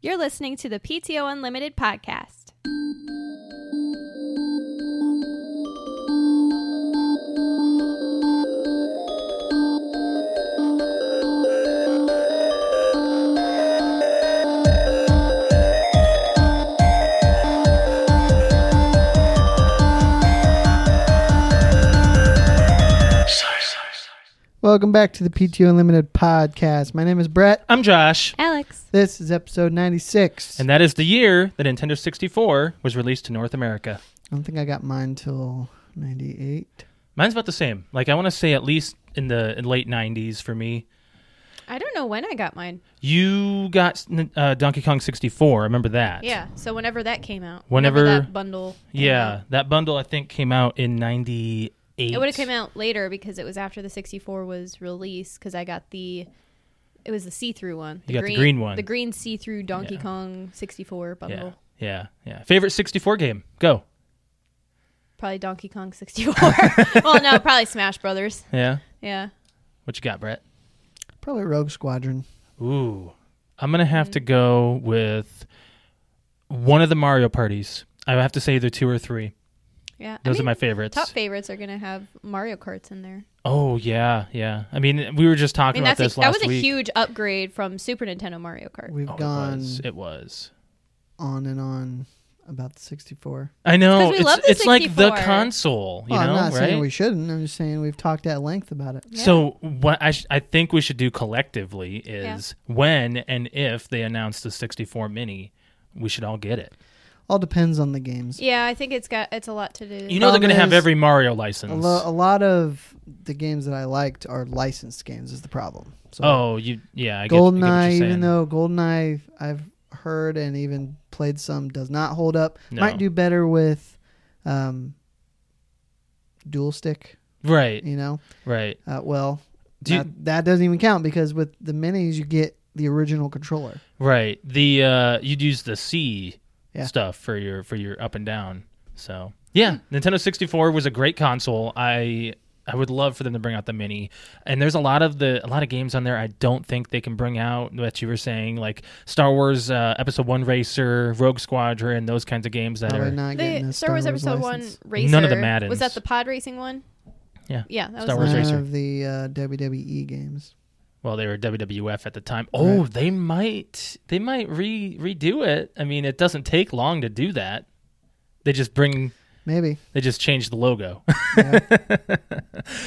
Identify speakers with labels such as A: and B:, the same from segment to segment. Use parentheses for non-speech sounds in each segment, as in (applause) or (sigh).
A: You're listening to the PTO Unlimited podcast.
B: Welcome back to the PTO Unlimited podcast. My name is Brett.
C: I'm Josh,
A: Alex,
B: This is episode 96.
C: and that is the year the Nintendo 64 was released to North America.
B: I don't think I got mine till 98.
C: Mine's about the same. Like I want to say at least in the in late 90s for me.
A: I don't know when I got mine.
C: You got uh, Donkey Kong 64. I remember that.
A: Yeah, so whenever that came out,
C: Whenever-
A: that bundle, came
C: Yeah,
A: out.
C: that bundle I think came out in 98.
A: it would have came out later because it was after the 64 was released. Because I got the, it was the see-through one.
C: You got the green one.
A: the green see-through Donkey
C: Yeah.
A: Kong 64 bundle.
C: Yeah. Yeah. Yeah. Favorite 64 game. Go.
A: Probably Donkey Kong 64.
C: (laughs)
A: (laughs) well, no, probably Smash Brothers.
C: Yeah.
A: Yeah.
C: What you got, Brett?
B: Probably Rogue Squadron.
C: Ooh. I'm going to have to go with one of the Mario parties. I have to say either 2 or 3.
A: Yeah. I
C: Those
A: mean,
C: are my favorites.
A: top favorites are going to have Mario Karts in there.
C: Oh yeah, yeah. I mean, we were just
A: I
C: talking
A: mean,
C: about
A: that's a,
C: this
A: that
C: last
A: was a
C: week.
A: huge upgrade from Super Nintendo Mario Kart.
B: We've
C: Oh, It
B: gone
C: was. It was.
B: on and on about the 64.
C: I know.
A: we
C: It's,
A: love the
C: it's like the
A: 64.
C: console, you
B: well,
C: know,
B: I'm not
C: right?
B: saying we shouldn't. I'm just saying we've talked at length about it.
A: Yeah.
C: So what I sh- I think we should do collectively is when and if they announce the 64 mini, we should all get it.
B: All depends on the games.
A: Yeah, I think it's got it's a lot to do.
C: You know
B: Problem
C: they're going to have
B: is-
C: every Mario
B: A,
C: license.
B: lo- a lot of the games that I liked are licensed games is the problem. So
C: oh, you yeah. I get, I get what
B: GoldenEye,
C: you're
B: even
C: saying.
B: though GoldenEye, I've heard and even played some, does not hold up.
C: No.
B: Might do better with um, dual stick,
C: right,
B: you know?
C: right.
B: Uh, well,
C: Do you-
B: that, that doesn't even count because with the minis, you get the original controller.
C: Right. The uh you'd use the C
B: Yeah.
C: stuff for your for your up and down. So yeah, Nintendo 64 was a great console. I I would love for them to bring out the mini. And there's a lot of the a lot of games on there I don't think they can bring out that you were saying like Star Wars uh, Episode 1 Racer, Rogue Squadron, those kinds of games that
B: Probably
C: are
B: not getting
A: the
B: a
A: Star Wars Episode
B: license.
A: One racer.
C: None of the
A: Was
C: Maddens.
A: that the pod racing one?
C: Yeah.
A: Yeah, that
C: Star
A: was
C: Wars
A: the-
B: None
C: Racer.
B: of the uh, WWE games.
C: well they were WWF at the time. Oh, they might they might re redo it. I mean, it doesn't take long to do that. They just bring
B: Maybe.
C: They just changed the logo.
B: (laughs) Yeah.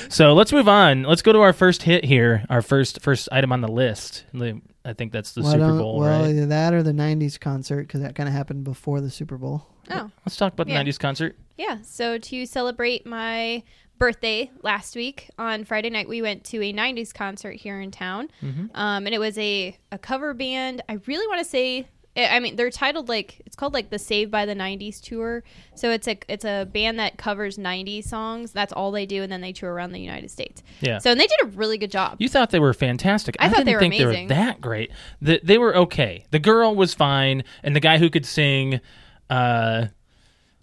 C: so let's move on. Let's go to our first hit here. Our first first item on the list. Li- I think that's the
B: Why
C: Super
B: don't-
C: Bowl,
B: well,
C: right?
B: either that or the 90s concert because that kind of happened before the Super Bowl.
A: Oh,
C: Let's talk about the
A: Yeah.
C: '90s concert.
A: yeah. So to celebrate my birthday last week on Friday night, we went to a '90s concert here in town,
C: Mm-hmm.
A: um, and it was a a cover band. I really want to say. eh, I I mean, they're titled like it's called like the Save by the '90s tour. So it's a it's a band that covers '90s songs. That's all they do, and then they tour around the United States.
C: Yeah.
A: So and they did a really good job.
C: You thought they were fantastic.
A: I thought
C: didn't
A: they were
C: think
A: amazing.
C: they were that great. The, they were okay. The girl was fine, and the guy who could sing. Uh,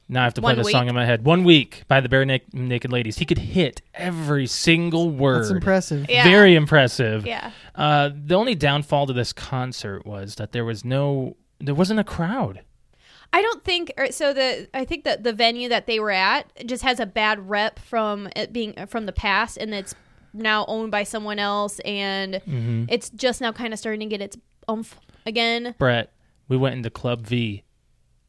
C: now I have to play
A: One
C: the
A: Week.
C: song in my head. One week by the Bare Nak- Naked Ladies. He could hit every single word.
B: That's impressive.
A: Yeah.
C: Very impressive.
A: yeah.
C: Uh, the only downfall to this concert was that there was no, there wasn't a crowd.
A: I don't think or, so. The I think that the venue that they were at just has a bad rep from it being uh, from the past, and it's now owned by someone else, and
C: Mm-hmm.
A: it's just now kind of starting to get its oomph again.
C: Brett, we went into Club V,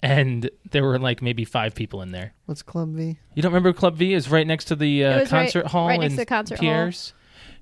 C: and there were like maybe five people in there.
B: What's Club V?
C: You don't remember Club V? Is right next to the
A: It
C: uh,
A: was right-
C: concert hall,
A: right next
C: in
A: to the concert hall.
C: Pierre's.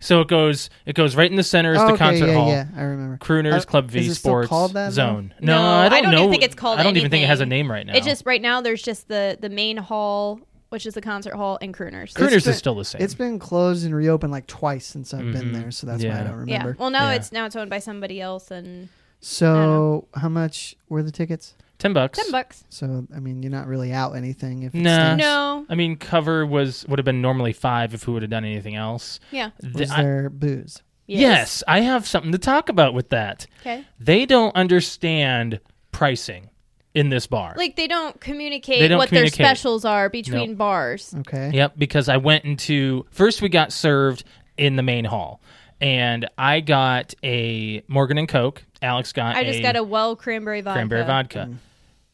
C: So it goes, it goes right in the center is
B: Oh,
C: the
B: okay,
C: concert
B: yeah,
C: hall.
B: Yeah, I remember.
C: Crooners,
B: Uh,
C: Club V,
B: is it still
C: Sports
B: called that now?
C: Zone.
A: No, I don't even
C: know.
A: think it's called
C: I don't even think it has a
A: anything.
C: name right now.
A: It just right now there's just the the main hall, which is the concert hall, and crooners.
C: Crooners
B: been-
C: is still the same.
B: It's been closed and reopened like twice since I've been there, so that's why I
C: Mm-hmm. Yeah.
B: don't
A: yeah.
B: remember.
A: Well, now
C: Yeah.
A: it's now it's owned by somebody else, and
B: so how much were the tickets?
C: ten bucks.
A: ten bucks.
B: So I mean, you're not really out anything if it's
C: Nah.
B: stinks.
A: No.
C: I mean, cover was would have been normally five if we would have done anything else.
A: Yeah.
C: The-
B: Was
C: I-
B: there booze?
C: yes. I have something to talk about with that.
A: Okay.
C: They don't understand pricing in this bar.
A: Like they don't communicate
C: They don't
A: what
C: communicate.
A: their specials are between bars.
B: Okay.
C: yep, because I went into first we got served in the main hall. and I got a Morgan and Coke. Alex got
A: I just got a well cranberry vodka. Mm.
C: cranberry vodka.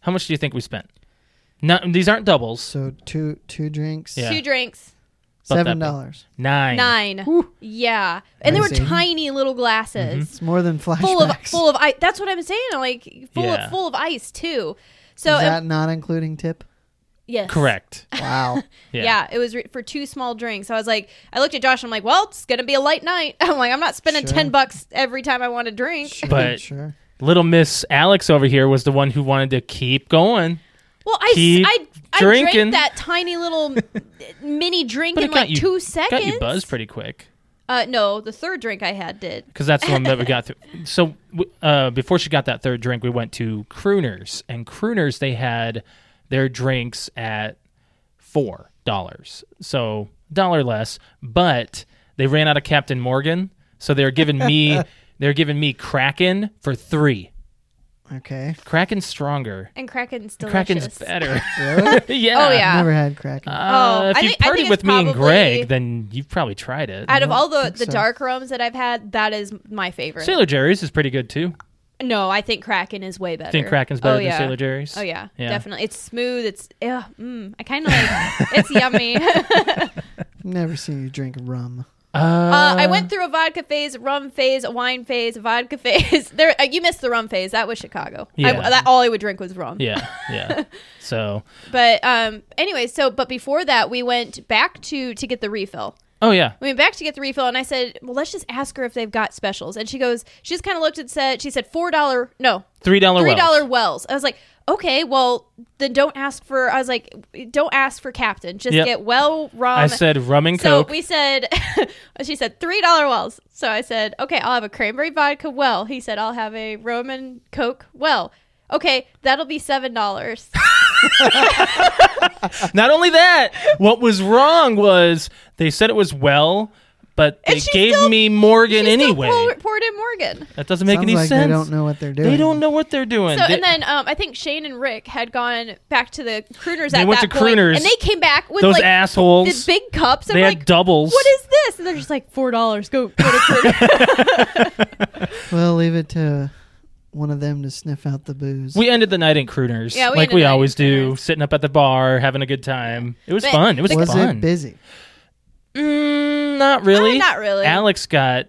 C: How much do you think we spent? Not, these aren't doubles.
B: So two two drinks.
C: Yeah.
A: Two drinks.
C: About that
B: Seven
C: big.
B: dollars.
C: Nine.
A: Nine. Yeah. And they were
B: Amazing.
A: tiny little glasses.
B: It's more than flashbacks.
A: Full of full of ice. That's what I'm saying. Like full
C: Mm-hmm. Yeah.
A: of full of ice too. So
B: Is
A: and-
B: that not including tip?
A: yes.
C: Correct.
A: (laughs)
B: Wow.
C: Yeah.
A: Yeah. it was re- for two small drinks. I was like, I looked at Josh. I'm like, well, it's gonna be a light night. (laughs) I'm like, I'm not spending
B: Sure.
A: ten bucks every time I want a drink.
B: Sure,
C: But-
B: sure.
C: Little Miss Alex over here was the one who wanted to keep going.
A: Well, I s-
C: Keep
A: I, I
C: drinking.
A: drank that tiny little (laughs) mini drink
C: But
A: in
C: it got
A: like
C: you-
A: two seconds.
C: Got you buzzed pretty quick
A: Uh, no, the third drink I had did.
C: because that's the one that we got through. So w- uh, before she got that third drink, we went to Crooners, and Crooners they had their drinks at four dollars, so dollar less. But they ran out of Captain Morgan, so they're
A: (laughs)
C: giving me they're giving me Kraken for three.
B: Okay.
C: Kraken's stronger.
A: And Kraken's delicious.
C: Kraken's
A: (laughs)
C: better. (laughs)
B: Really?
C: yeah.
A: Oh, yeah.
B: Never had Kraken.
C: Uh,
A: Oh,
C: if
A: I
C: you've
A: think- I
C: partied
A: think
C: with
A: it's
C: me and
A: probably-
C: Greg, then you've probably tried it.
A: Out of all the
B: think
A: the
B: so.
A: dark rums that I've had, that is my favorite.
C: Sailor Jerry's is pretty good too.
A: no, I think Kraken is way better.
C: I think Kraken's better
A: oh, yeah.
C: than Sailor Jerry's.
A: Oh yeah,
C: Yeah.
A: definitely. It's smooth. It's yeah. Mm, I kind of like.
C: (laughs)
A: it's yummy. (laughs)
B: Never seen you drink rum.
C: Uh,
A: Uh, I went through a vodka phase, rum phase, a wine phase, a vodka (laughs) phase. There, uh, you missed the rum phase. That was Chicago. I-
C: Yeah.
A: that all I would drink was rum.
C: Yeah, yeah.
A: (laughs)
C: so,
A: But um, anyway, so but before that, we went back to to get the refill.
C: oh yeah,
A: We went back to get the refill, and I said, "Well, let's just ask her if they've got specials." And she goes, she just kind of looked and said, "She said four dollar, no,
C: three dollar.
A: three dollar wells. I was like, okay, well then don't ask for. I was like, don't ask for captain. Just
C: Yep.
A: get well rum.
C: I said rum and
A: so
C: coke.
A: we said, (laughs) she said three dollar wells. So I said, okay, I'll have a cranberry vodka well. He said, I'll have a Roman Coke well. Okay, that'll be seven
C: (laughs)
A: dollars.
C: Not only that, what was wrong was they said it was well, but they
A: And she
C: gave
A: still-
C: me Morgan anyway.
A: poured, poured in Morgan.
C: that doesn't make
B: Sounds
C: any
B: like
C: sense.
B: they don't know what they're doing.
C: They don't know what they're doing.
A: So
C: They-
A: and then um, I think Shane and Rick had gone back to the crooners.
C: They
A: at
C: went
A: that
C: to
A: point,
C: Crooners.
A: and they came back with
C: those
A: like the
C: assholes.
A: big cups. I'm
C: they
A: like,
C: had doubles.
A: what is this? And they're just like four dollars. Go go to Crooners.
B: Well, leave it to one of them to sniff out the booze.
C: We ended the night in Crooners,
A: Yeah, we
C: like
A: ended
C: we
A: the night
C: always
A: in
C: do,
A: Crooners.
C: sitting up at the bar, having a good time. It was
A: But
C: fun. It was,
A: the-
B: was
C: fun.
B: it busy?
C: Mm, not really.
A: Uh, not really.
C: Alex got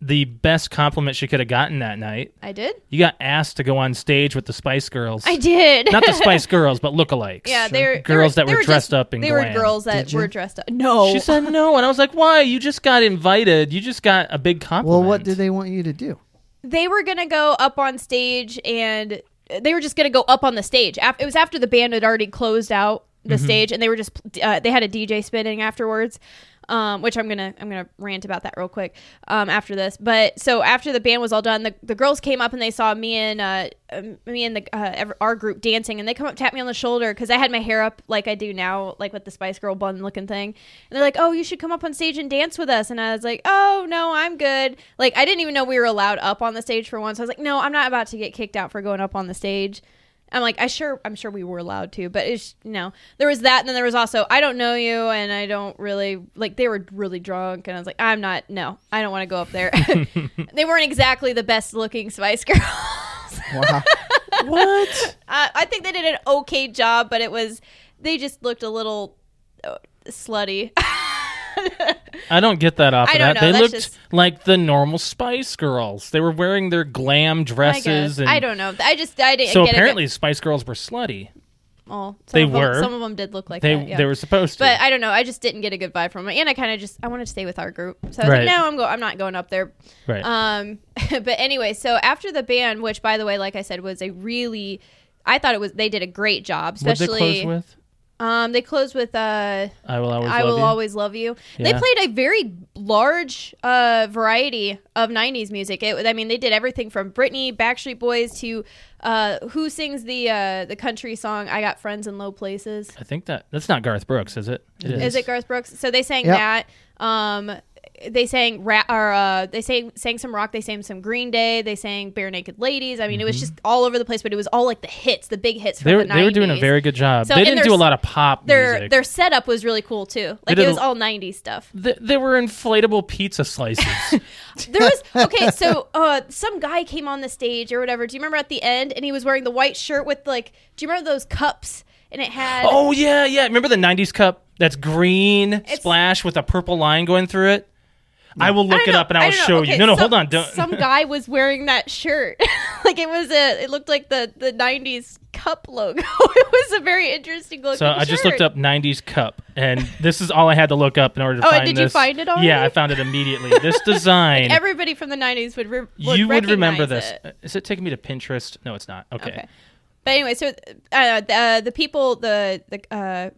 C: the best compliment she could have gotten that night.
A: I did.
C: You got asked to go on stage with the Spice Girls.
A: I did. (laughs)
C: not the Spice Girls, but lookalikes.
A: Yeah, they were
C: girls
A: they
C: that were
A: just-
C: dressed up in
A: They
C: glam.
A: were girls
B: Did
A: that
B: you?
A: were dressed up.
B: Oh.
A: No,
C: She said no, and I was like, "Why? You just got invited. You just got a big compliment."
B: Well, what did they want you to do?
A: they were gonna go up on stage and they were just gonna go up on the stage. Af- It was after the band had already closed out the stage, and they were just uh, they had a DJ spinning afterwards. Um, which I'm gonna I'm gonna rant about that real quick um, after this. But so after the band was all done, the, the girls came up and they saw me and uh, um, me and the uh, ev- our group dancing, and they come up tap me on the shoulder because I had my hair up like I do now, like with the Spice Girl bun looking thing. And they're like, "Oh, you should come up on stage and dance with us." And I was like, "Oh no, I'm good." Like I didn't even know we were allowed up on the stage for once. I was like, "No, I'm not about to get kicked out for going up on the stage." I'm like, I sure, I'm sure we were allowed to, but it's you know, there was that, and then there was also, I don't know you, and I don't really like. They were really drunk, and I was like, I'm not. No, I don't want to go up there. (laughs) they weren't exactly the best looking Spice (laughs) Girls. (laughs)
B: Wow.
C: What?
A: uh, I think they did an okay job, but it was they just looked a little uh, slutty. (laughs)
C: I don't get that off
A: I
C: of
A: don't
C: that.
A: know,
C: They
A: that's
C: looked
A: just-
C: like the normal Spice Girls. They were wearing their glam
A: I
C: dresses,
A: guess
C: and
A: I don't know. I just I didn't
C: so
A: get
C: apparently
A: it.
C: Spice Girls were slutty.
A: but- Well, some
C: they
A: of them-
C: were.
A: Some of them did look like
C: They
A: that. yeah.
C: they were supposed to.
A: But I don't know. I just didn't get a good vibe from it, and I kind of just I wanted to stay with our group, so I was
C: Right.
A: like, no, I'm go I'm not going up there.
C: right.
A: Um, (laughs) but anyway, so after the band, which by the way, like I said, was a really, I thought it was they did a great job,
C: What
A: especially
C: did they close with?
A: um they closed with uh
C: I will always.
A: I
C: love
A: will
C: you.
A: always love you.
C: Yeah.
A: They played a very large uh variety of '90s music. It, was- I mean, they did everything from Britney, Backstreet Boys to uh who sings the uh the country song "I Got Friends in Low Places."
C: I think that that's not Garth Brooks, is it? It
A: Is it Garth Brooks? So they sang
B: Yep.
A: that. Um, they sang ra- or uh, they sang sang some rock. They sang some Green Day. They sang Bare Naked Ladies. I mean, it was just all over the place, but it was all like the hits, the big hits. From
C: Mm-hmm. They were,
A: the
C: they were doing a
A: 90s.
C: very good job.
A: So-
C: they
A: and
C: didn't
A: their
C: do a
A: s-
C: lot of pop
A: their
C: music.
A: their setup was really cool too. Like
C: did
A: it was
C: a-
A: all '90s stuff.
C: Th- they were inflatable
A: (laughs)
C: pizza slices.
A: There was okay, so uh, some guy came on the stage or whatever. Do you remember at the end? And he was wearing the white shirt with like, do you remember those cups? And it had
C: oh yeah, yeah. Remember the '90s cup? That's green splash with a purple line going through it. I
A: I
C: will look
A: don't
C: it
A: know,
C: up and
A: I
C: I will
A: don't know,
C: show
A: okay,
C: you. No, no,
A: some-
C: hold on. Don't. (laughs)
A: some guy was wearing that shirt, (laughs) like it was a. It looked like the the '90s cup logo. (laughs) it was a very interesting looking.
C: so I just looked
A: shirt.
C: up '90s cup, and this is all I had to look up in order to
A: Oh, and
C: find
A: did you
C: this.
A: find it
C: Yeah, I
A: already?
C: found
A: (laughs)
C: it immediately. This design.
A: Everybody from the '90s would. Re- would
C: you would remember
A: recognize
C: this.
A: it.
C: Uh, Is it taking me to Pinterest? No, it's not. Okay.
A: Okay. But anyway, so uh, the, uh, the people, the the uh,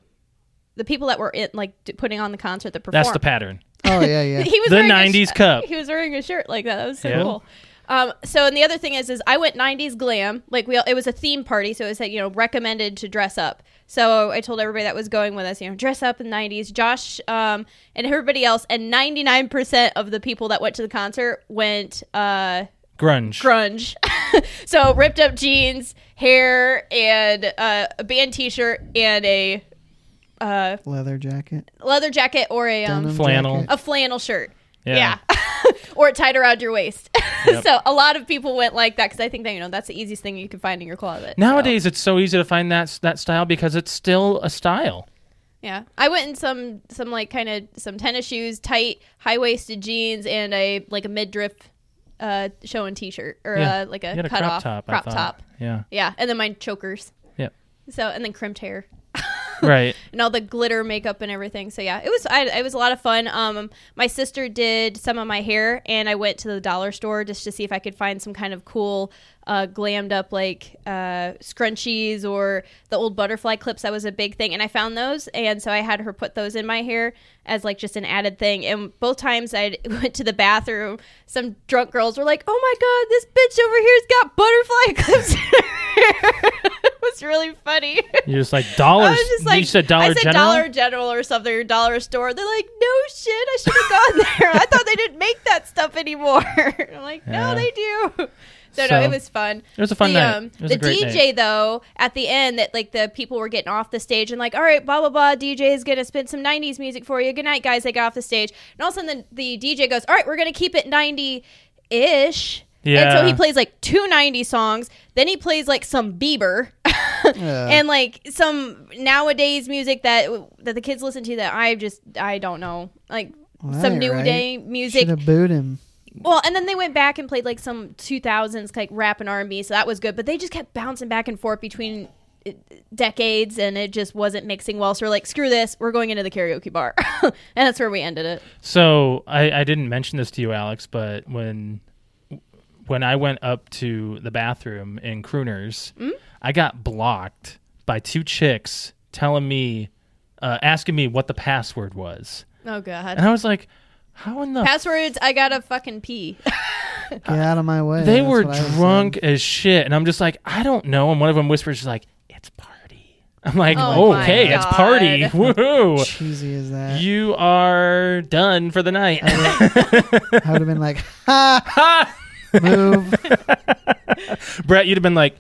A: the people that were in, like d- putting on the concert, that performed.
C: That's the pattern.
B: Oh
A: (laughs)
B: yeah, yeah.
A: he was
C: The
A: wearing a
C: 90s
A: sh-
C: cup.
A: He was wearing a shirt like that. That was so
C: Yeah.
A: cool. Um, so and the other thing is, is I went '90s glam. Like we, all, it was a theme party, so it was like you know recommended to dress up. So I told everybody that was going with us, you know, dress up in '90s. Josh um, and everybody else, and 99% of the people that went to the concert went uh,
C: Grunge.
A: grunge. (laughs) so ripped up jeans, hair, and uh, a band T-shirt and a uh,
B: Leather jacket.
A: leather jacket or a um,
B: denim
C: flannel.
B: jacket.
A: a flannel shirt.
C: Yeah.
A: Yeah. (laughs) or it tied around your waist. (laughs)
C: Yep.
A: so a lot of people went like that because I think that, you know, that's the easiest thing you can find in your closet. so,
C: Nowadays, it's so easy to find that that style because it's still a style.
A: yeah. I went in some, some like kind of some tennis shoes, tight, high waisted jeans, and a like a midriff uh, showing t shirt or
C: Yeah.
A: uh, like a
C: You had
A: cut
C: crop
A: off
C: top. I
A: crop
C: thought.
A: top.
C: Yeah.
A: Yeah. And then my chokers.
C: Yep.
A: So, and then crimped hair.
C: Right.
A: and all the glitter makeup and everything. So yeah, it was I, it was a lot of fun. Um, my sister did some of my hair, and I went to the dollar store just to see if I could find some kind of cool, uh, glammed up like uh, scrunchies or the old butterfly clips. That was a big thing, and I found those, and so I had her put those in my hair as like just an added thing. And both times I (laughs) went to the bathroom, some drunk girls were like, "Oh my god, this bitch over here's got butterfly (laughs) clips." in her hair." (laughs) it was really funny. (laughs)
C: You're just like dollars.
A: I was just like,
C: you said Dollar
A: I said
C: General.
A: Dollar General or something, or Dollar Store. They're like, no shit, I should have gone (laughs) there. I thought they didn't make that stuff anymore. (laughs) I'm like, no,
C: Yeah.
A: they do. (laughs) So,
C: So,
A: no, it was fun.
C: it was a fun
A: the,
C: night.
A: um,
C: It was
A: the
C: a great
A: DJ
C: night.
A: though, at the end, that like the people were getting off the stage and like, all right, blah blah blah. DJ is gonna spin some '90s music for you. Good night, guys. They got off the stage, and all of a sudden the, the DJ goes, all right, we're gonna keep it '90 ish. And so
C: Yeah.
A: he plays like two '90 songs. Then he plays like some Bieber. (laughs)
B: Yeah.
A: and like some nowadays music that that the kids listen to that I just I don't know like
B: Well,
A: some
B: that
A: new
B: ain't right.
A: day
B: should
A: music.
B: have booed him.
A: Well, and then they went back and played like some 2000s like rap and R&B, so that was good, but they just kept bouncing back and forth between uh, decades and it just wasn't mixing well. So we're like, screw this, we're going into the karaoke bar. (laughs) and that's where we ended it.
C: So I, I didn't mention this to you, Alex, but when when I went up to the bathroom in Crooners,
A: Mm?
C: I got blocked by two chicks telling me, uh, asking me what the password was,
A: Oh god.
C: and I was like, "How in the
A: Passwords, I got to fucking pee.
B: Get out of my way.
C: they
B: That's
C: were
B: what I was
C: drunk as shit and i'm just like i don't know and one of them whispers she's like it's party i'm like
A: Oh my
C: okay it's
A: God.
C: party
B: saying.
C: (laughs) woohoo
B: Cheesy as
C: (laughs)
B: that.
C: you are done for the night
B: I would have been like, (laughs) ha, move.
C: (laughs) brett you'd have been like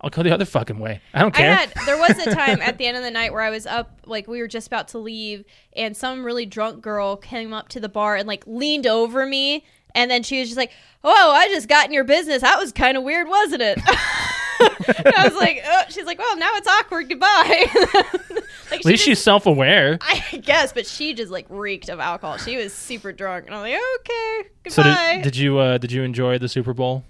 C: i'll go the other fucking way i don't
A: I
C: care
A: had there was a time at the end of the night where I was up, like we were just about to leave, and some really drunk girl came up to the bar and like leaned over me, and then she was just like, "Oh, I just got in your business. That was kind of weird, wasn't it?" (laughs) and I was like, oh. "She's like, well, now it's awkward. Goodbye." (laughs) like
C: at least
A: she
C: she's self-aware
A: just- I guess, but she just like reeked of alcohol. She was super drunk, and I'm like, "Okay,
C: so
A: goodbye."
C: did, did you uh did you enjoy the super bowl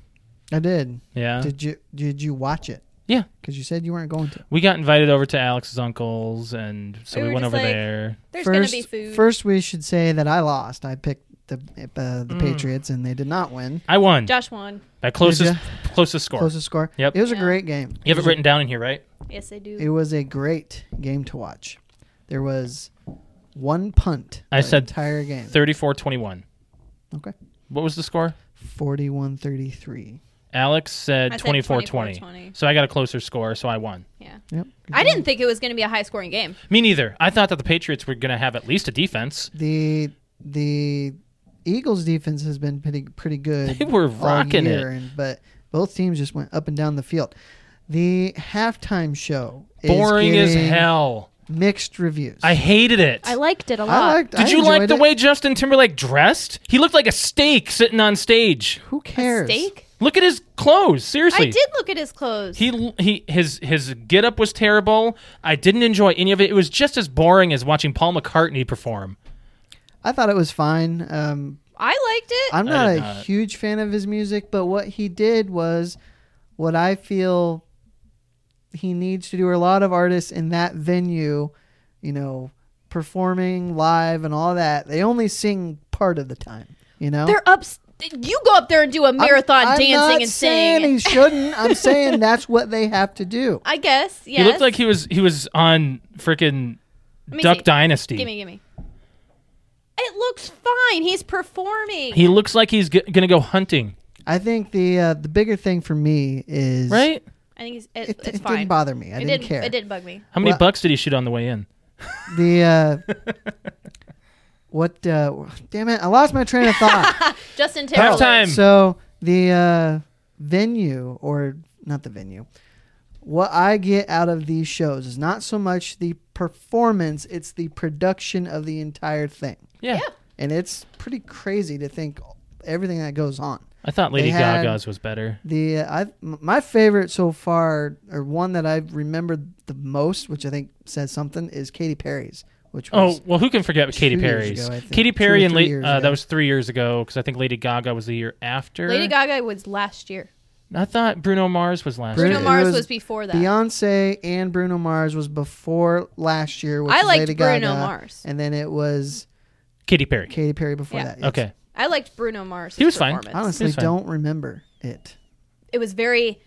B: I did.
C: yeah
B: Did you did you watch it?
C: Yeah.
B: Because you said you weren't going to.
C: we got invited over to alex's uncle's and so
A: We
C: we,
A: were
C: went
A: just
C: over
A: like-
C: there
A: There's going
B: first,
A: to be food.
B: first we should say that I lost. I picked the uh,
C: Mm.
B: the Patriots and they did not win.
C: i won
A: Josh won.
C: my closest
B: ya?
C: closest score
B: Closest score.
C: Yep.
B: It was a
A: Yeah.
B: great game.
C: you have it written down in here right
A: Yes, I do.
B: It was a great game to watch. There was one punt.
C: I
B: the
C: said
B: entire game.
C: 34-21
B: okay.
C: what was the score
B: 41-33.
C: Alex said
A: I said
C: 24 20.
A: 24-20.
C: So I got a closer score, so I won.
A: Yeah.
B: Yep.
A: I didn't think it was going to be a high scoring game.
C: Me neither. I thought that the Patriots were going to have at least a defense.
B: The the Eagles defense has been pretty pretty good.
C: They were
B: all
C: rocking it.
B: year, and- but both teams just went up and down the field. The halftime show is
C: Boring as
B: getting
C: hell.
B: Mixed reviews.
C: I hated it.
A: I liked it a lot.
B: I liked.
C: Did
B: I
C: you like
B: enjoyed
C: the
B: it.
C: way Justin Timberlake dressed? He looked like a steak sitting on stage.
B: Who
A: A
B: cares?
A: steak.
C: Look at his clothes. Seriously.
A: I did look at his clothes.
C: He he his his getup was terrible. I didn't enjoy any of it. It was just as boring as watching Paul McCartney perform.
B: I thought it was fine. Um,
A: I liked it.
B: I'm
C: I
B: not a
C: did not.
B: huge fan of his music, but what he did was what I feel he needs to do. Or a lot of artists in that venue, you know, performing live and all that, they only sing part of the time. You know,
A: They're up. You go up there and do a marathon
B: I'm
A: dancing
B: not
A: and
B: saying
A: sing.
B: he
A: (laughs)
B: shouldn't. I'm saying that's what they have to do.
A: I guess. Yes.
C: He looked like he was he was on freaking
A: Let me
C: Duck
A: see.
C: Dynasty.
A: Gimme, gimme. It looks fine. He's performing.
C: He looks like he's g- gonna go hunting,
B: I think the uh, the bigger thing for me is
C: right?
A: I think he's, it,
B: It,
A: it's
B: it
A: fine.
B: didn't bother me. I
A: it
B: didn't,
A: did.
B: care.
A: It did bug me.
C: How many
B: Well-
C: bucks did he shoot on the way in?
B: The uh, what? Uh, damn it! I lost my train
A: (laughs)
B: of thought.
A: Justin Timberlake.
C: Halftime.
B: So the uh, venue, or not the venue, what I get out of these shows is not so much the performance; it's the production of the entire thing,
C: Yeah.
A: Yeah.
B: and it's pretty crazy to think everything that goes on.
C: I thought Lady
B: They had-
C: Gaga's was better.
B: The uh, I m- my favorite so far, or one that I've remembered the most, which I think says something, is Katy Perry's, which
C: Oh
B: was
C: well, who can forget
B: two
C: Katy
B: years
C: Perry's?
B: ago, I think.
C: Katy
B: Two or
C: Perry and
B: three
C: Lady
B: years
C: uh, that
B: ago.
C: was three years ago because I think Lady Gaga was the year after.
A: Lady Gaga was last year.
C: I thought Bruno Mars was last.
B: Bruno
A: Bruno
C: year.
A: Mars
B: was
A: was, before that.
B: Beyonce and Bruno Mars was before last year. Which
A: I
B: was
A: liked
B: Lady
A: Bruno
B: Gaga,
A: Mars.
B: and then it was
C: Katy Perry.
B: Katy Perry before
A: Yeah.
B: that. yes.
C: Okay.
A: I liked Bruno Mars.
C: He was fine.
B: honestly,
C: It's fine.
B: don't remember it.
A: It was very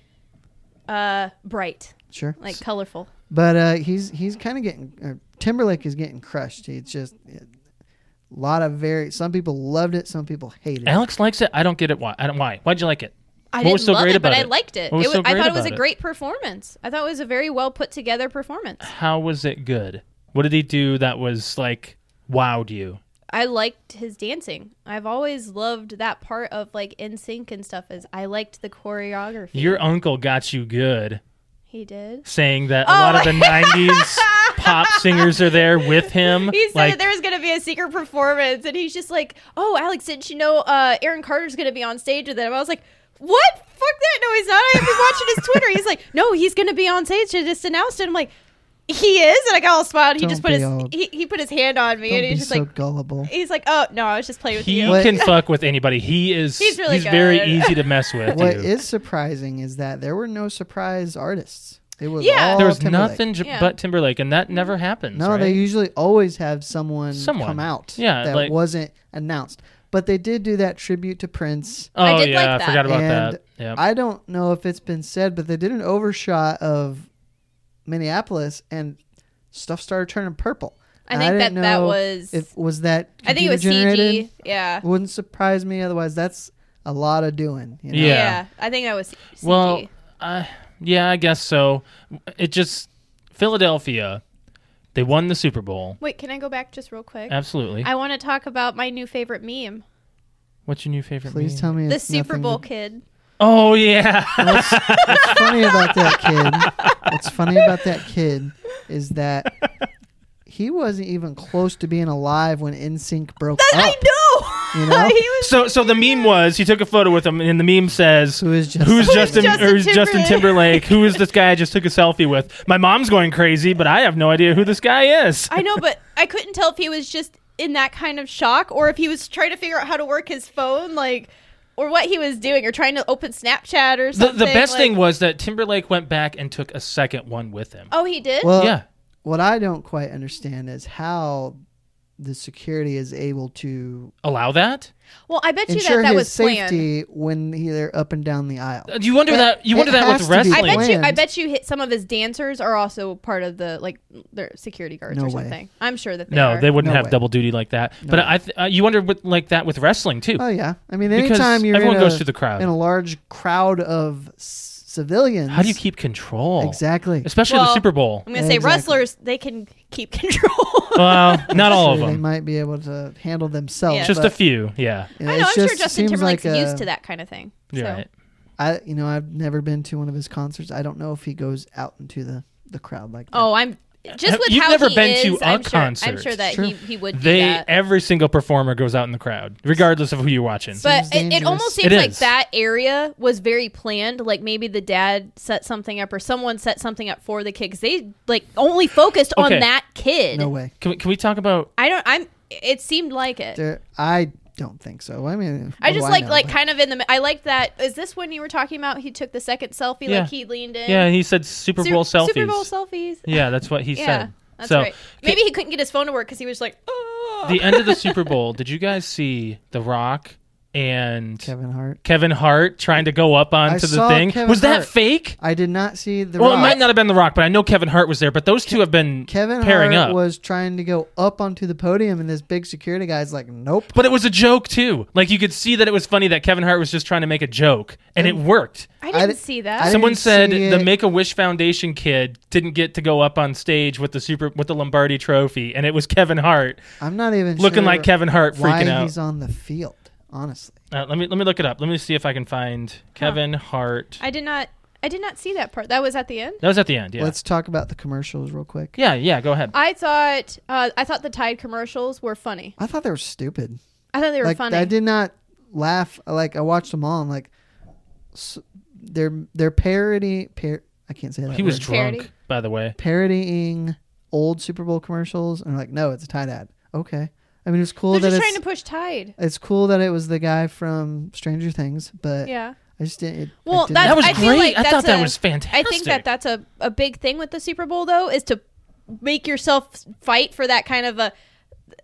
A: uh, bright,
B: Sure,
A: like colorful.
B: but uh, he's he's kind of getting uh, Timberlake is getting crushed. He's just a lot of very. Some people loved it. Some people hated it.
C: Alex likes it. I don't get it. Why? I don't. Why? Why'd you like it?
A: I
C: What
A: didn't
C: was so
A: love
C: great
A: it, but
C: about
A: I
C: it?
A: liked it.
C: What was
A: it was,
C: so
A: I
C: great
A: thought it was
C: about
A: a
C: it?
A: great performance. I thought it was a very well put together performance.
C: How was it good? What did he do that was like wowed you?
A: I liked his dancing. I've always loved that part of like in sync and stuff. Is I liked the choreography.
C: Your uncle got you good,
A: he did.
C: saying that
A: Oh
C: a lot of the
A: (laughs)
C: '90s pop singers are there with him.
A: He said
C: like,
A: that there was going to be a secret performance, and he's just like, "Oh, Alex, didn't you know uh, Aaron Carter's going to be on stage with him?" I was like, "What? Fuck that! No, he's not. I've been watching his Twitter. He's like, no, he's going to be on stage. I just announced it. I'm like, he is, and I got all smiled. He
B: Don't
A: just put
B: be
A: his
B: all-
A: he, he put his hand on me,
B: Don't
A: and
B: be
A: he's just
B: so
A: like,
B: gullible.
A: he's like, oh no, I was just playing with
C: he
A: you.
B: What-
C: can fuck with anybody. He is.
A: He's really good.
C: very easy to mess with.
B: What
C: dude.
B: is surprising is that there were no surprise artists. It was
A: Yeah.
B: all
C: there was
B: Timberlake. Mm-hmm.
C: nothing j-
A: Yeah.
C: but Timberlake, and that never happens.
B: No,
C: right?
B: they usually always have someone,
C: Someone.
B: come out
C: Yeah,
B: that
C: like-
B: wasn't announced. But they did do that tribute to Prince.
C: Oh
A: I did
C: yeah,
A: like
C: I
A: that.
C: forgot about
B: and
C: that. Yeah,
B: I don't know if it's been said, but they did an overshot of Minneapolis and stuff started turning purple.
A: I
B: And
A: think that
B: didn't
A: that
B: know
A: was-
B: if was that
A: I think it was
B: computer-generated?
A: CG. Yeah.
B: Wouldn't surprise me otherwise that's a lot of doing. You know?
A: yeah,
C: Yeah.
A: I think that was CG.
C: Well, uh, yeah, I guess so. It just Philadelphia, they won the Super Bowl.
A: Wait, can I go back just real
C: Uh,
A: quick?
C: Absolutely.
A: I want to talk about my new favorite meme,
C: What's your new favorite?
B: Please
C: meme?
B: tell me
A: the
B: it's
A: Super
B: nothing
A: Bowl
B: to- (laughs)
A: kid. (laughs)
C: Oh yeah. (laughs)
B: What's, what's funny about
A: (laughs)
B: that kid? What's funny about that kid is that he wasn't even close to being alive when NSYNC broke up.
A: I know.
B: Oh. You know?
A: (laughs) he was
C: so so the meme was he took a photo with him, and the meme says.
B: Who is just
C: Who's Justin?
A: Justin
C: who's Justin
A: Timberlake?"
C: Timberlake? Who is this guy I just took a selfie with? My mom's going crazy, but I have no idea who this guy is.
A: I know, but I couldn't tell if he was just in that kind of shock or if he was trying to figure out how to work his phone, like, or what he was doing, or trying to open Snapchat or
C: the,
A: something.
C: the best
A: like-
C: thing was that Timberlake went back and took a second one with him.
A: Oh, he did.
B: Well,
C: yeah,
B: what I don't quite understand is how the security is able to
C: allow that.
A: Well, I bet you
B: ensure
A: that that
B: his
A: was planned.
B: safety when he, they're up and down the aisle.
C: Uh, You wonder
B: That-
C: that. You
B: it
C: wonder that
B: has to
C: with
B: be
C: wrestling.
A: I bet you. I
B: planned.
A: bet you hit some of his dancers are also part of the like their security guards
B: No
A: or
B: way.
A: something. I'm sure that they
C: No,
A: are.
C: they wouldn't
B: No
C: have
B: way.
C: double duty like that. but I, th- uh, you wonder with, like that with wrestling too.
B: Oh yeah, I mean,
C: Because
B: anytime you're
C: everyone
B: in
C: goes
B: a-
C: through the crowd.
B: in a large crowd of s- civilians.
C: How do you keep control?
B: exactly?
C: Especially the
A: Well, (laughs)
C: Super Bowl.
A: I'm gonna say
B: Exactly.
A: wrestlers they can keep (laughs) control.
B: (laughs)
C: Well, not all of
B: Sure, They
C: them.
B: might be able to handle themselves.
A: Yeah.
C: Just
B: but,
C: a few. Yeah.
B: you
A: I
B: it
A: know. I'm sure
B: just
A: Justin
B: seems
A: Timberlake's
B: like uh, a-
A: used to that kind of thing.
C: You're
A: so.
C: right.
B: I you know I've never been to one of his concerts. I don't know if he goes out into the the crowd like that.
A: Oh, I'm just
C: Have-
A: with
C: you've
A: how
C: never
A: he
C: been
A: is,
C: to a
A: I'm Sure,
C: concert.
A: I'm sure that
B: Sure.
A: he, he would do
C: They
A: that.
C: every single performer goes out in the crowd, regardless of who you're watching.
A: But
B: Seems
A: it, it
B: dangerous.
A: almost
C: It
A: seems like
C: is.
A: that area was very planned. Like maybe the dad set something up or someone set something up for the kid 'cause they like only focused
C: Okay.
A: on that kid.
B: no way.
C: can, we, can we talk about?
A: I don't. I'm. It seemed like it.
B: There, I don't think so. Oh, I mean,
A: I
B: what do
A: just like
B: know?
A: like
B: But
A: kind of in the. I like that. Is this when you were talking about? He took the second selfie.
C: Yeah.
A: Like he leaned in.
C: Yeah, he said Super
A: Su-
C: Bowl selfies.
A: Super Bowl selfies.
C: yeah, that's what he
A: Yeah,
C: said.
A: that's
C: so
A: right. Maybe he couldn't get his phone to work because he was like, oh.
C: the end of the Super Bowl. Did you guys see The Rock and Kevin,
B: Kevin Hart.
C: Hart trying to go up onto the
B: saw
C: thing?
B: Kevin
C: was
B: Hart.
C: that fake?
B: I did not see the.
C: Well,
B: Rock.
C: it might not have been The Rock, but I know Kevin Hart was there. But those two have been
B: Kevin
C: pairing
B: Hart
C: up.
B: was trying to go up onto the podium, and this big security guy's like, "Nope."
C: but it was a joke too. Like you could see that it was funny that Kevin Hart was just trying to make a joke, and it worked.
A: I
B: I
A: didn't
B: di-
A: see
B: I
A: that.
B: didn't
C: Someone said
B: see
C: the
B: it.
C: Make a Wish Foundation kid didn't get to go up on stage with the super with the Lombardi Trophy, and it was Kevin Hart
B: I'm not even
C: looking
B: sure
C: like Kevin Hart
B: why
C: freaking out.
B: he's on the field. Honestly,
C: Uh, let me let me look it up. Let me see if I can find Kevin Hart.
A: I did not. I did not see that part. That was at the end.
C: That was at the end. Yeah.
B: let's talk about the commercials real quick.
C: yeah. Yeah. Go ahead.
A: I thought. Uh, I thought the Tide commercials were funny.
B: I thought they were stupid.
A: I thought they were
B: like
A: funny.
B: I did not laugh. Like I watched them all, and like s they're they're parody. Par- I can't say that.
C: He was
B: word.
C: drunk,
A: Parody.
C: by the way.
B: parodying old Super Bowl commercials, and like, no, it's a Tide ad. Okay, I mean, it's cool
A: They're
B: that
A: just
B: it's
A: trying to push Tide.
B: it's cool that it was the guy from Stranger Things, but
A: Yeah.
B: I just didn't. It, I
A: Well,
B: didn't-
A: I-
C: That was
A: I feel
C: great.
A: like
C: I thought
A: that's
C: that
A: a-
C: was fantastic.
A: I think that that's a, a big thing with the Super Bowl though is to make yourself fight for that kind of a,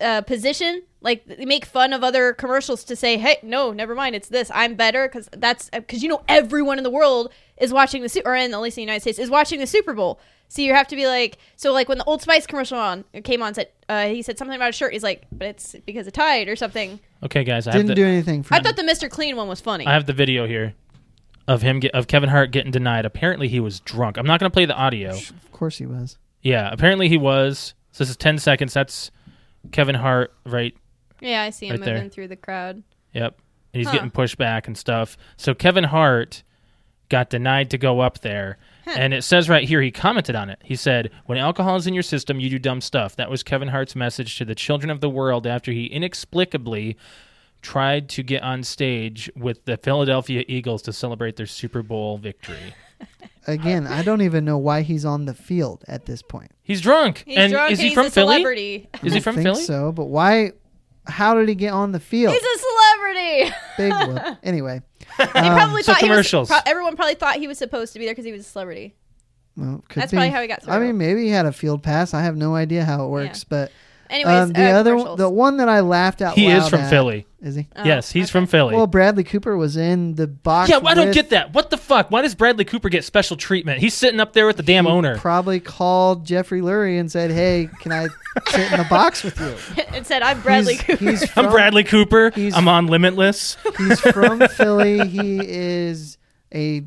A: uh position. Like they make fun of other commercials to say, "Hey, no, never mind, it's this. I'm better." Because that's because you know everyone in the world is watching the Super, or in at least in the United States is watching the Super Bowl. So you have to be like, so like when the Old Spice commercial on came on, said uh, he said something about a shirt. He's like, "But it's because of Tide or something."
C: Okay, guys. I have
B: didn't
C: the,
B: do anything for
A: I
B: me.
A: thought the Mister Clean one was funny.
C: I have the video here of him get, of Kevin Hart getting denied. Apparently, he was drunk. I'm not going to play the audio.
B: Of course he was.
C: Yeah. Apparently, he was. So this is 10 seconds. That's Kevin Hart, right?
A: yeah, I see him
C: Right there.
A: moving through the crowd.
C: Yep. And he's
A: Huh.
C: getting pushed back and stuff. So Kevin Hart got denied to go up there. And it says right here, he commented on it. He said, When alcohol is in your system, you do dumb stuff. That was Kevin Hart's message to the children of the world after he inexplicably tried to get on stage with the Philadelphia Eagles to celebrate their Super Bowl victory.
B: Again, I don't even know why he's on the field at this point.
C: He's drunk.
A: He's
C: and
A: drunk
C: is
A: and
C: he
A: he's
C: from
A: a
C: Philly?
A: celebrity. (laughs)
C: Is he
B: I
C: from
B: think
C: Philly?
B: So, but why? How did he get on the field?
A: He's a celebrity.
B: (laughs)
A: (laughs)
B: Big whoop. Anyway,
A: They probably
C: Oh, so
A: thought
C: commercials.
A: He was, pro- everyone probably thought he was supposed to be there because he was a celebrity.
B: well, could
A: That's
B: be.
A: probably how he got
B: I
A: through.
B: mean, maybe he had a field pass. I have no idea how it works, but
A: Anyways,
B: um, the
A: uh,
B: other one,
A: commercials.
B: the one that I laughed out
C: He
B: loud
C: is from
B: at-
C: Philly.
B: Is he?
A: Oh,
C: yes, he's
A: okay.
C: from Philly.
B: Well, Bradley Cooper was in the box.
C: yeah, well, I don't
B: with-
C: get that. What the fuck? Why does Bradley Cooper get special treatment? He's sitting up there with the damn
B: He
C: owner.
B: Probably called Jeffrey Lurie and said, "Hey, can I sit in the box with you?"
A: (laughs) it said, "I'm (laughs) Bradley
B: He's-
A: Cooper." (laughs)
B: he's
C: I'm
B: from-
C: Bradley Cooper.
B: he's-
C: I'm on Limitless.
B: He's from Philly. He is a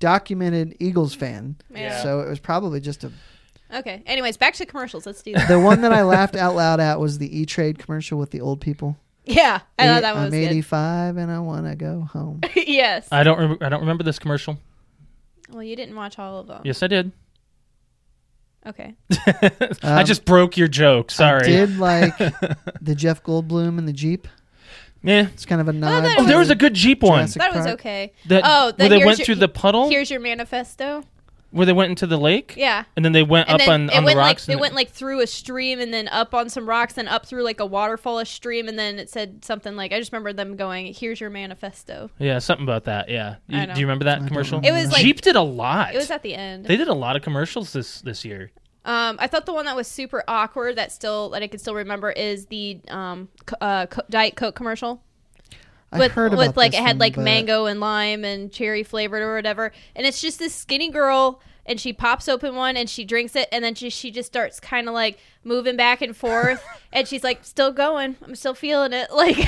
B: documented Eagles fan.
A: Yeah.
B: So it was probably just a.
A: okay. Anyways, back to commercials. Let's
B: (laughs)
A: do that.
B: The one that I laughed out loud at was the E Trade commercial with the old people.
A: yeah, I thought that one
B: I'm
A: was good.
B: 85 and I want to go home.
A: (laughs) yes.
C: I don't. Rem- I don't remember this commercial.
A: well, you didn't watch all of them.
C: Yes, I did.
A: Okay.
C: (laughs) I just broke your joke. Sorry.
B: Um, I did like
C: (laughs)
B: the Jeff Goldblum and the Jeep.
C: Yeah.
B: It's kind of a
A: thought
B: nod.
A: that it
C: Oh, there was
B: to
C: a good Jeep one.
B: Jurassic
A: That was
B: Park.
A: okay.
C: That,
A: oh, the
C: where they
A: here's
C: went
A: your-
C: through the puddle,
A: Here's your manifesto.
C: where they went into the lake,
A: Yeah.
C: and then they went
A: And
C: up
A: then
C: on,
A: it
C: on the
A: went
C: rocks.
A: like it
C: and-
A: went like through a stream and then up on some rocks and up through like a waterfallish stream and then it said something like I just remember them going, "Here's your manifesto."
C: yeah, something about that. Yeah. You-
A: I know.
C: do you remember that
B: don't
C: commercial?
B: remember
A: It was that. like-
C: Jeep did a lot.
A: It was at the end.
C: they did a lot of commercials this this year.
A: Um, I thought the one that was super awkward that still that I could still remember is the um, co- uh, co- Diet Coke commercial
B: I
A: with
B: heard
A: with
B: about
A: like
B: this
A: it had
B: one,
A: like
B: but
A: mango and lime and cherry flavored or whatever, and it's just this skinny girl and she pops open one and she drinks it and then she she just starts kind of like moving back and
B: (laughs)
A: forth and she's like still going, I'm still feeling it (laughs) like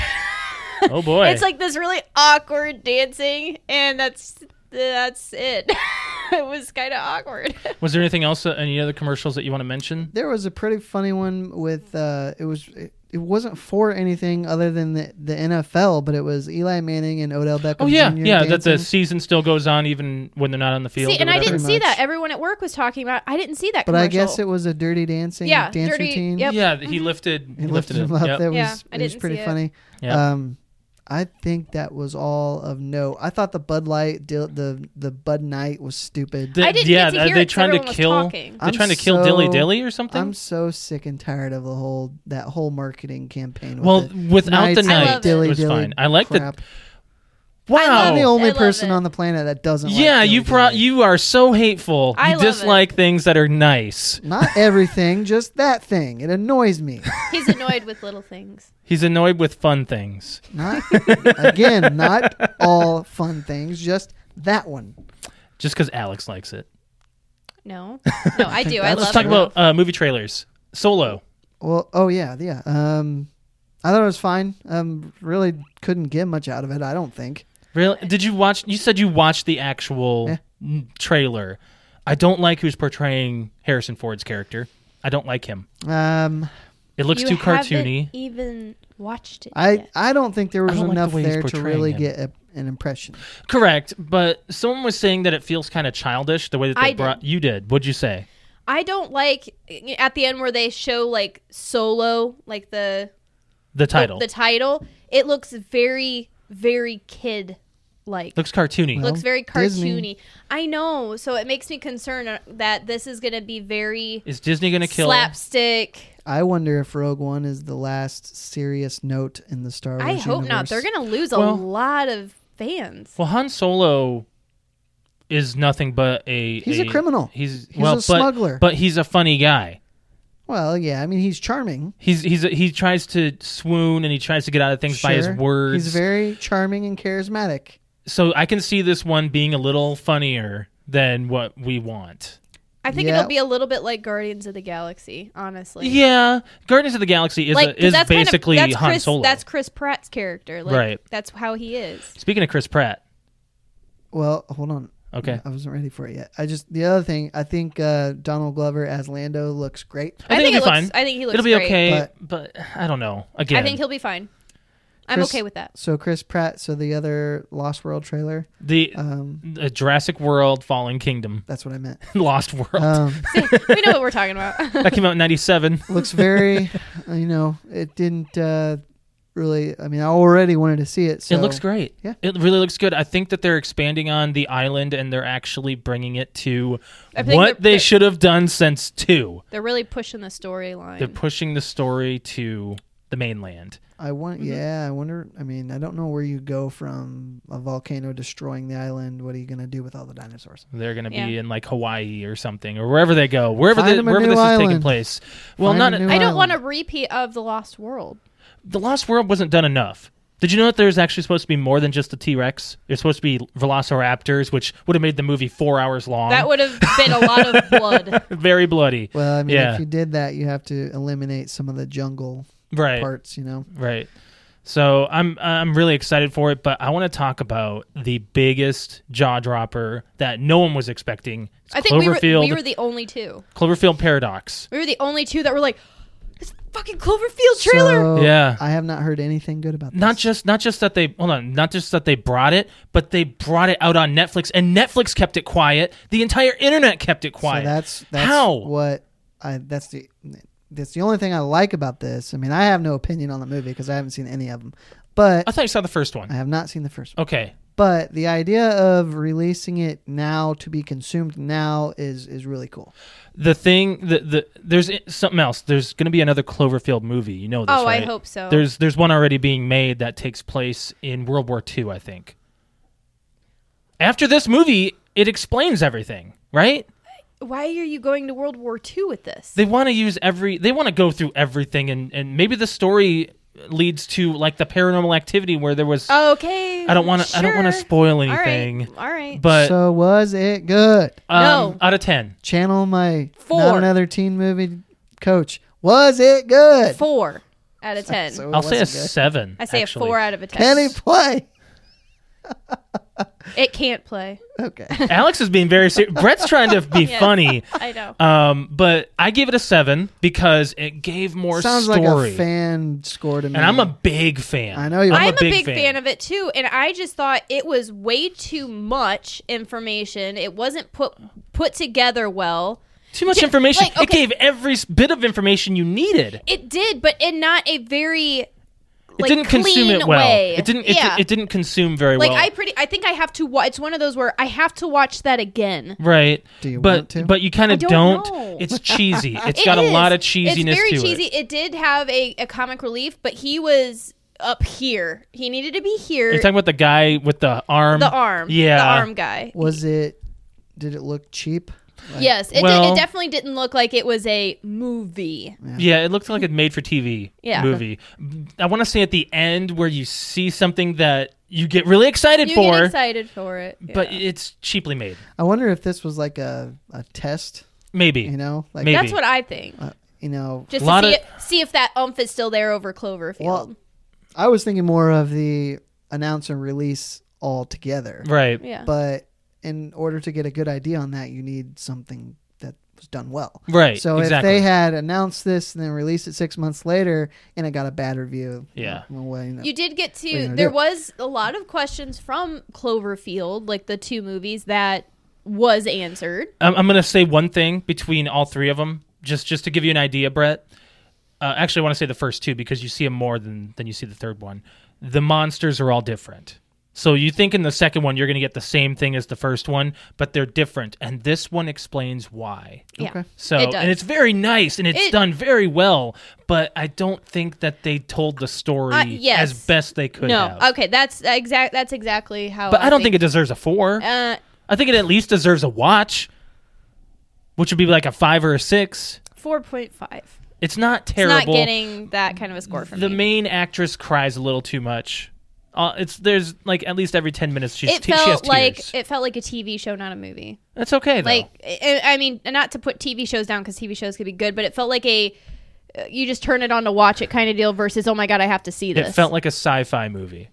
C: Oh boy.
A: (laughs) it's like this really awkward dancing and that's that's it. (laughs) it was kind of
C: (laughs)
A: awkward.
C: Was there anything else? uh, Any other commercials that you want to mention?
B: There was a pretty funny one with uh, it was it, it wasn't for anything other than the, the NFL, but it was Eli Manning and Odell Beckham.
C: Oh yeah,
B: Jr.
C: yeah. That the
B: dancing.
C: season still goes on even when they're not on the field.
A: see,
C: or
A: and I
C: whatever.
A: didn't
B: Pretty
A: see that.
B: much.
A: Everyone at work was talking about. I didn't see that.
B: But I
A: commercial.
B: guess it was a dirty dancing
A: Yeah,
B: dance
A: dirty-
B: routine.
A: yep.
C: Yeah, he lifted.
B: He lifted him up.
C: Yep.
B: That was
A: Yeah, I
B: it was
A: didn't
B: pretty
A: see it.
B: funny.
C: Yep.
B: Um, I think that was all of no. I thought the Bud Light, deal- the the Bud Night was stupid.
C: The-
A: I didn't
C: yeah,
A: get to hear
C: are they
A: it 'cause
C: trying
A: everyone
C: to
A: was
B: (laughs)
C: kill?
A: talking.
C: They're
B: I'm
C: trying to kill
B: so-
C: Dilly Dilly or something.
B: I'm so sick and tired of the whole that whole marketing campaign. With
C: well,
B: the
C: without the
B: nights
A: I
C: night,
A: love
C: it.
A: it.
B: dilly
C: was
B: dilly
C: fine. I like the
B: crap. I'm
C: wow.
B: the only
A: I love
B: person
A: it.
B: on the planet that doesn't. like
C: Oh. yeah,
B: dilly
C: you pro-
B: dilly.
C: you are so hateful.
A: I
C: you
A: love it.
C: dislike things that are nice.
B: Not everything, just that thing. It annoys me.
A: He's annoyed with little things.
C: He's annoyed with fun things.
B: Not again. Not all fun things. Just that one.
C: Just because Alex likes it.
B: (laughs)
A: No, no, I do. I love.
B: Let's
C: Let's talk
A: it.
C: about uh, movie trailers. Solo.
B: Well, oh yeah, yeah. Um, I thought it was fine. Um, really couldn't get much out of it. I don't think.
C: Really? Did you watch? You said you watched the actual
B: Yeah.
C: n- trailer. I don't like who's portraying Harrison Ford's character. I don't like him.
B: Um,
C: It looks
A: You
C: too
A: haven't e-,
C: cartoony.
A: Even watched it.
B: I
A: yet.
B: I don't think there was
C: don't like the
B: enough
C: way he's
B: there to
C: portraying
B: really
C: him.
B: get a, an impression.
C: Correct, but someone was saying that it feels kind of childish the way that they
A: I did.
C: brought. You did. What'd you say?
A: I don't like at the end where they show like solo, like the
C: The title
A: The title. It looks very, very kid like.
C: looks cartoony.
A: looks very
B: Disney.
A: cartoony. I know, so it makes me concerned uh, that this is going to be very
C: Is Disney gonna kill?
A: slapstick.
B: I wonder if Rogue One is the last serious note in the Star Wars.
A: I hope not.
B: universe.
A: They're going to lose a
C: Well-
A: lot of fans.
C: Well, Han Solo is nothing but a.
B: He's a criminal.
C: He's,
B: He's
C: well,
B: a
C: but-
B: smuggler.
C: but he's a funny guy.
B: Well, yeah. I mean, he's charming.
C: He's he's he tries to swoon and he tries to get out of things by his
B: sure.
C: words.
B: He's very charming and charismatic.
C: so I can see this one being a little funnier than what we want.
A: I think
B: Yeah.
A: it'll be a little bit like Guardians of the Galaxy, honestly.
C: Yeah, Guardians of the Galaxy is
A: Like
C: a,
A: 'cause
C: is
A: that's kind of-
C: basically
A: that's
C: Han
A: Chris,
C: Solo.
A: That's Chris Pratt's character. Like,
C: Right.
A: That's how he is.
C: Speaking of Chris Pratt,
B: Well, hold on.
C: okay,
B: I wasn't ready for it yet. I just the other thing. I think uh, Donald Glover as Lando looks great.
C: I,
A: it
C: think, it'll be
A: looks,
C: fine.
A: I think he looks
C: It'll be
A: great.
C: okay, but, I don't know. Again,
A: I think he'll be fine. I'm
B: Chris-
A: okay with that.
B: So Chris Pratt. So the other Lost World trailer.
C: the
B: Um,
C: uh, Jurassic World, Fallen Kingdom, (laughs)
B: that's what I meant.
C: Lost World
B: Um,
A: we know what we're talking
C: (laughs)
A: about.
C: that came out in '97.
B: looks very, uh, you know, it didn't uh, really. I mean, I already wanted to see it. So
C: it looks great.
B: Yeah.
C: it really looks good. I think that they're expanding on the island and they're actually bringing it to
A: I think
C: what
A: they're-
C: they should have done since two.
A: They're really pushing the
C: They're
A: storyline.
C: pushing the story to the mainland.
B: I want.
C: mm-hmm.
B: Yeah, I wonder. I mean, I don't know where you go from a volcano destroying the island. What are you gonna do with all the dinosaurs?
C: They're going to be
A: Yeah.
C: in like Hawaii or something, or wherever they go, wherever
B: Find
C: the,
B: them a
C: wherever
B: new
C: this is taking
B: island.
C: place. Well,
B: Find
C: not
B: a new
A: I don't
B: island.
A: want a repeat of The Lost World.
C: the Lost World wasn't done enough. Did you know that there's actually supposed to be more than just the T Rex? There's supposed to be Velociraptors, which would have made the movie four hours long.
A: That would have been a lot of
C: (laughs)
A: blood.
C: very bloody.
B: Well, I mean,
C: Yeah.
B: if you did that, you have to eliminate some of the jungle
C: Right,
B: parts. You know,
C: right. So I'm I'm really excited for it, but I want to talk about the biggest jaw dropper that no one was expecting. It's
A: I think we were,
C: Cloverfield,
A: we were the only two.
C: Cloverfield paradox.
A: We were the only two that were like, this fucking Cloverfield trailer.
B: So,
C: Yeah.
B: I have not heard anything good about.
C: not
B: this.
C: just not just that they hold on not just that they brought it but they brought it out on netflix and netflix kept it quiet the entire internet kept it quiet
B: So that's that's
C: How?
B: what I that's the that's the only thing I like about this. I mean, I have no opinion on the movie because I haven't seen any of them, but
C: i thought you saw the first one
B: I have not seen the first one.
C: okay
B: But the idea of releasing it now to be consumed now is is really cool.
C: the thing the, the there's i- something else there's gonna be another cloverfield movie you know this
A: oh, I
C: right?
A: hope so.
C: there's there's one already being made that takes place in world war ii i think after this movie it explains everything right
A: Why are you going to World War II with this?
C: they want to use every they want to go through everything and and maybe the story leads to like the paranormal activity where there was
A: okay.
C: I don't want to. I don't want to
A: sure.
C: spoil
A: All right,
C: anything.
A: All right.
C: But
B: so was it good?
C: um,
A: No.
C: out of ten,
B: Channel my
A: Four.
B: not another teen movie coach. Was it good?
A: Four out of ten.
B: So it
C: I'll say a
B: wasn't good.
C: seven.
A: I say
C: actually.
A: a four out of a ten.
B: Penny play.
A: It can't play.
B: okay. (laughs)
C: Alex is being very
A: (laughs)
C: serious. Brett's trying to be
A: Yes.
C: funny.
A: I
C: (laughs)
A: know.
C: Um, but I gave it a seven because it gave more
B: Sounds
C: story.
B: like a fan score to me.
C: And I'm a big fan.
B: I know you
A: I'm, a big, fan. of it too, and I just thought it was way too much information. It wasn't put put together well.
C: Too much
A: Yeah,
C: information.
A: like,
C: It
A: okay.
C: gave every s- bit of information you needed.
A: It did, but in not a very
C: It
A: like,
C: didn't consume
A: clean
C: it well.
A: way.
C: It didn't. It,
A: yeah.
C: it didn't consume very
A: like
C: well.
A: I pretty. I think I have to. Wa- it's one of those where I have to watch that again.
C: right.
B: Do you
C: but
B: want to?
C: but you kind
A: I
C: of
A: don't
C: don't.
A: know. (laughs)
C: It's cheesy. It's
A: It
C: got a
A: is.
C: lot of cheesiness
A: It's very
C: to
A: cheesy.
C: it.
A: did have a, a comic relief, but he was up here. He needed to be here.
C: You're talking about the guy with the arm.
A: the arm.
C: Yeah.
A: The arm guy.
B: Was it? Did it look cheap?
A: Yes. It, did-
C: Well-
A: it definitely didn't look like it was a movie.
C: Yeah, it looked like a made for TV
A: Yeah.
C: movie. I want to say at the end where you see something that you get really excited
A: You
C: for,
A: get excited for it.
C: but
A: yeah.
C: it's cheaply made.
B: I wonder if this was like a, a test.
C: Maybe.
B: You know, like uh,
C: Maybe.
A: that's what I think.
B: you know,
A: Just
C: Lot
A: to see,
C: of-
A: it, see if that umph is still there over Cloverfield.
B: Well- I was thinking more of the announce and release all together.
C: Right.
A: yeah.
B: But in order to get a good idea on that, you need something that was done well.
C: Right.
B: So
C: exactly.
B: if they had announced this and then released it six months later and it got a bad review,
C: Yeah.
B: well, well, you know.
A: You did get
B: you
A: to.
B: gonna
A: There
B: do?
A: was a lot of questions from Cloverfield, like the two movies that was answered.
C: I'm, I'm going to say one thing between all three of them, just just to give you an idea, Brett. Uh, actually, I want to say the first two because you see them more than than you see the third one. The monsters are all different. So you think in the second one you're going to get the same thing as the first one, but they're different, and this one explains why.
A: Yeah.
B: Okay.
C: So
A: It does.
C: and it's very nice and it's
A: It-
C: done very well, but I don't think that they told the story
A: Uh, yes.
C: as best they could
A: No.
C: have.
A: Okay. That's exact. That's exactly how.
C: but I don't think, it deserves a four.
A: Uh,
C: I think it at least deserves a watch, which would be like a five or a six.
A: four point five.
C: It's not
A: It's
C: terrible.
A: not getting that kind of a score from
C: the
A: me.
C: main actress cries a little too much. Uh, it's there's like at least every ten minutes she's
A: it
C: te- she has
A: felt like
C: tears.
A: it felt like a TV show, not a movie.
C: That's okay though.
A: Like I I mean, not to put TV shows down because TV shows could be good, but it felt like a uh, you just turn it on to watch it kind of deal versus oh my god, I have to see this.
C: it felt like a sci-fi movie.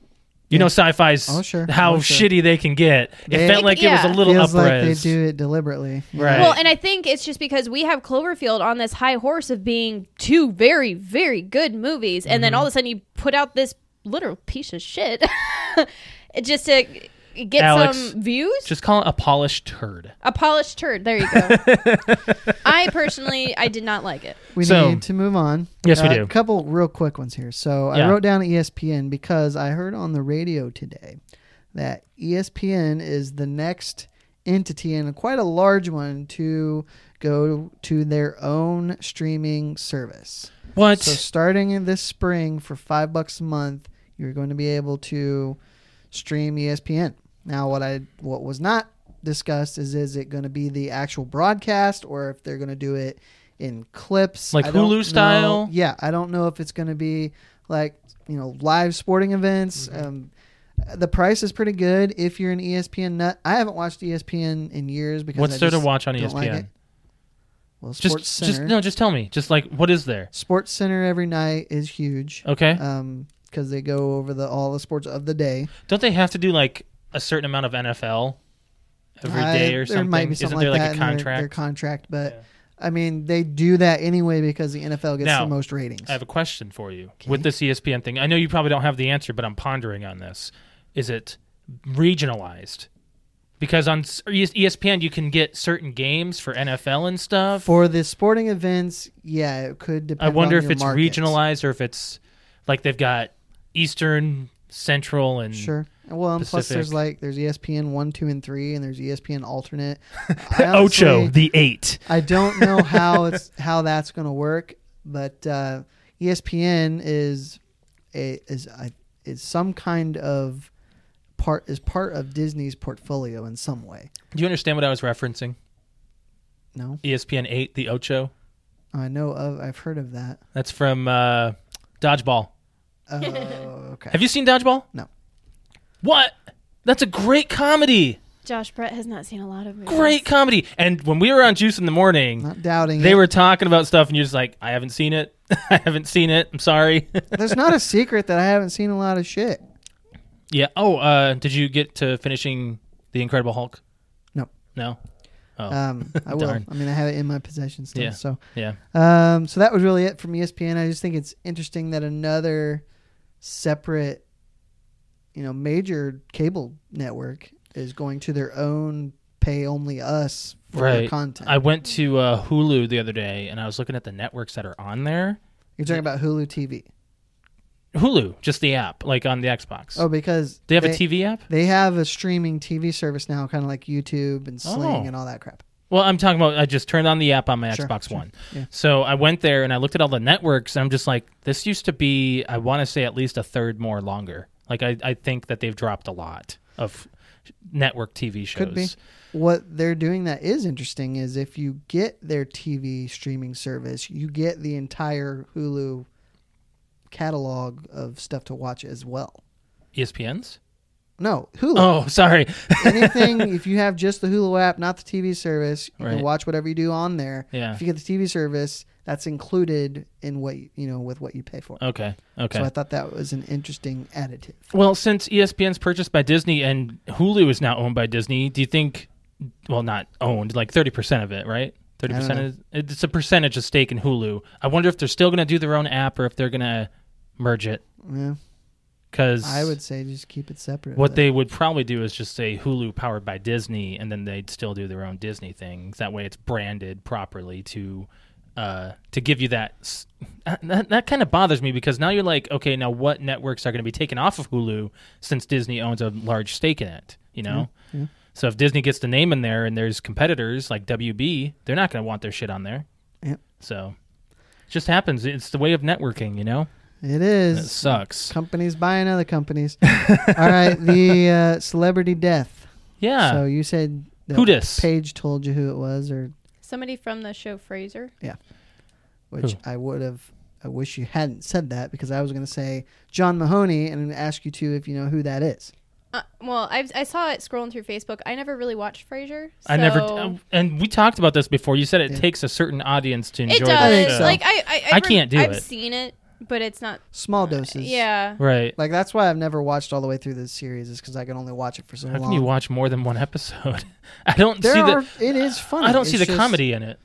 C: You know, sci-fi's
B: Oh, sure.
C: how
B: Oh, sure.
C: shitty they can get. It
B: They-
C: felt like it
A: Yeah.
C: was a little
B: feels
C: up
B: like they
C: res.
B: do it deliberately. you know?
C: Right.
A: Well, and I think it's just because we have Cloverfield on this high horse of being two very, very good movies, and
C: Mm-hmm.
A: then all of a sudden you put out this literal piece of shit (laughs) just to get
C: Alex,
A: some views.
C: Just call it a polished turd.
A: a polished turd. There you
C: (laughs)
A: go. I personally, I did not like it.
B: We
C: So-
B: need to move on.
C: Yes, we do.
B: A couple real quick ones here. So I
C: Yeah.
B: wrote down E ESPN because I heard on the radio today that E ESPN is the next entity and quite a large one to go to their own streaming service.
C: What?
B: So starting in this spring for five bucks a month, you're going to be able to stream E ESPN. Now, what I what was not discussed is is it going to be the actual broadcast or if they're going to do it in clips
C: Like
B: I don't
C: Hulu
B: know-
C: style?
B: Yeah, I don't know if it's going to be like you know live sporting events.
C: Mm-hmm.
B: Um, the price is pretty good if you're an E ESPN nut. I haven't watched E ESPN in years because
C: What's
B: I
C: there to
B: just
C: watch on E
B: don't like
C: ESPN?
B: it. Well,
C: just,
B: Sports
C: just
B: Center.
C: no. Just tell me. Just like what is there?
B: Sports Center every night is huge.
C: Okay.
B: Um, because they go over the all the sports of the day.
C: Don't they have to do like a certain amount of NFL every
B: I-
C: day or something?
B: There might be something
C: Isn't there
B: like, that
C: like a
B: in their-
C: contract?
B: Their, contract, but I mean they do that anyway because the NFL gets
C: Now,
B: the most ratings.
C: I have a question for you with this E ESPN thing. I know you probably don't have the answer, but I'm pondering on this. Is it regionalized? Because on s- ESPN you can get certain games for NFL and stuff.
B: For the sporting events, yeah, it could depend.
C: I wonder
B: on
C: if
B: your
C: it's
B: market.
C: regionalized or if it's like they've got Eastern, Central, and
B: Sure. Well, and plus there's
C: Pacific.
B: like there's E ESPN one, two, and three, and there's E ESPN
C: (laughs)
B: alternate. I
C: Ocho,
B: honestly-
C: the eight.
B: I don't know how
C: (laughs)
B: it's how that's going to work, but uh, ESPN is a, is I is some kind of part is part of Disney's portfolio in some way.
C: Do you understand what I was referencing? E
B: No,
C: ESPN eight, the Ocho.
B: I know of. I've heard of that.
C: That's from uh, Dodgeball.
B: Oh,
C: (laughs)
B: okay.
C: Have you seen Dodgeball?
B: No.
C: What? That's a great comedy.
A: Josh Brett has not seen a lot of movies.
C: Great comedy. And when we were on Juice in the Morning,
B: Not doubting
C: they
B: it.
C: were talking about stuff, and you're just like, I haven't seen it. (laughs) I haven't seen it. I'm sorry. (laughs)
B: There's not a secret that I haven't seen a lot of shit.
C: Yeah. Oh, uh, did you get to finishing the Incredible Hulk?
B: No.
C: No. Oh.
B: Um, I will.
C: Darn.
B: I mean, I have it in my possession still.
C: Yeah.
B: So,
C: yeah.
B: um, so that was really it from ESPN. I just think it's interesting that another separate, you know, major cable network is going to their own pay only us for their
C: Right.
B: content.
C: I went to uh, Hulu the other day and I was looking at the networks that are on there.
B: You're talking about Hulu TV.
C: Hulu, just the app, like on the Xbox.
B: Oh, because
C: they have a TV app?
B: They have a streaming TV service now, kind of like YouTube and Sling
C: Oh.
B: and all that crap.
C: Well, I'm talking about I just turned on the app on my
B: Sure,
C: Xbox
B: sure.
C: One.
B: Yeah.
C: So I went there and I looked at all the networks. And I'm just like, this used to be, I want to say at least a third more longer. Like, I, I think that they've dropped a lot of network TV shows.
B: Could be. What they're doing that is interesting is if you get their TV streaming service, you get the entire Hulu catalog of stuff to watch as well.
C: E ESPN's?
B: No, Hulu.
C: Oh, (laughs) sorry.
B: Anything if you have just the Hulu app, not the TV service, you
C: Right.
B: can watch whatever you do on there.
C: Yeah.
B: If you get the TV service, that's included in what you, you know with what you pay for.
C: Okay. Okay.
B: So I thought that was an interesting additive.
C: Well, since E ESPN's purchased by Disney and Hulu is now owned by Disney, do you think? Well, not owned, like thirty percent of it, right? Thirty
B: don't
C: percent. It's a percentage of stake in Hulu. I wonder if they're still going to do their own app or if they're going to merge it.
B: Yeah.
C: Because
B: I would say just keep it separate.
C: What
B: though.
C: they would probably do is just say Hulu powered by Disney, and then they'd still do their own Disney thing. That way, it's branded properly to uh, to give you that, s- uh, that. That kind of bothers me because now you're like, okay, now what networks are going to be taken off of Hulu since Disney owns a large stake in it? You know.
B: Mm, yeah.
C: So if Disney gets the name in there and there's competitors like WB, they're not going to want their shit on there.
B: Yeah.
C: So it just happens. It's the way of networking, you know?
B: it
C: It
B: is
C: sucks.
B: companies buying other
C: (laughs)
B: companies. All right, the uh, celebrity death.
C: Yeah.
B: So you said that
C: Who dis?
B: Paige told you who it was, or
A: Somebody from the show Fraser.
B: which I would have. I wish you hadn't said that because I was going to say John Mahoney and ask you too if you know who that is.
A: Uh, well, I, I saw it scrolling through Facebook. I never really watched Fraser.
C: I never,
A: so-
C: uh, and we talked about this before. You said it
B: Yeah.
C: takes a certain audience to enjoy
A: it
C: the
B: think
A: does.
C: show.
B: so.
A: Like I, I, I,
C: I can't do
A: I've
C: it.
A: seen it, but it's not.
B: Small doses.
A: Uh, Yeah.
C: right?
B: Like that's why I've never watched all the way through this series is because I can only watch it for so
C: How
B: long.
C: can you watch more than one episode? (laughs) I don't
B: there
C: see
B: are,
C: the.
B: it is funny.
C: I don't see
B: It's
C: the
B: just-
C: comedy in it.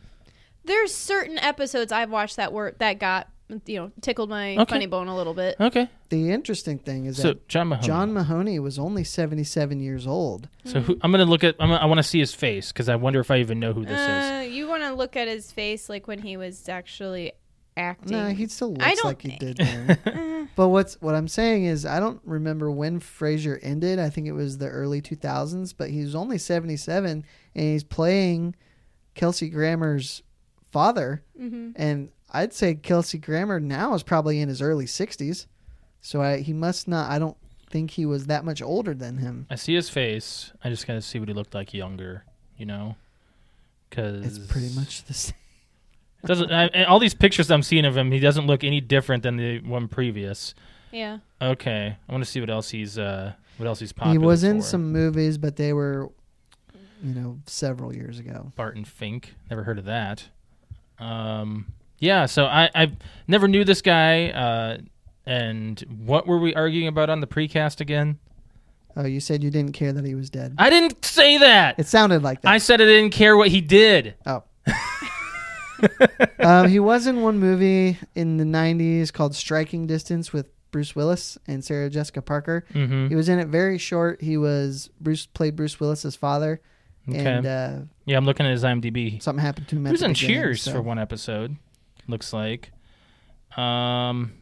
A: There's certain episodes I've watched that were that got you know tickled my
C: Okay.
A: funny bone a little bit.
C: Okay,
B: The interesting thing is
C: so
B: that
C: John Mahoney.
B: John Mahoney was only seventy-seven years old.
C: So who, I'm gonna look at. I'm gonna, I want to see his face because I wonder if I even know who this is.
A: Uh, you want to look at his face like when he was actually acting. (laughs)
B: No, he still
A: I
B: looks
A: don't
B: like he
C: (laughs)
B: did. Then. but what's what I'm saying is I don't remember when Frasier ended. I think it was the early 2000s. But he's only 77, and he's playing Kelsey Grammer's father.
A: Mm-hmm,
B: And I'd say Kelsey Grammer now is probably in his early 60s. So I, he must not. I don't think he was that much older than him.
C: I see his face. I just gotta see what he looked like younger. You know, because
B: It's pretty much the same.
C: (laughs) doesn't. I, and all these pictures I'm seeing of him, he doesn't look any different than the one previous.
A: yeah.
C: Okay, I want to see what else he's. uh What else he's popular?
B: He was in
C: for.
B: some movies, but they were, you know, several years ago.
C: Barton Fink. Never heard of that. Um, yeah, so I, I never knew this guy. Uh, and what were we arguing about on the precast again?
B: Oh, you said you didn't care that he was dead.
C: I didn't say that.
B: It sounded like
C: I
B: that.
C: said I didn't care what he
B: (laughs)
C: did.
B: oh. um, he was in one movie in the 90s called Striking Distance with Bruce Willis and Sarah Jessica Parker.
C: hmm
B: He was in it very short. He was Bruce played Bruce Willis's father,
C: Okay.
B: and uh,
C: Yeah, I'm looking at his IMDb.
B: something happened to him.
C: He
B: at
C: was
B: the
C: in
B: beginning,
C: Cheers
B: so-
C: for one episode. Looks like. Um,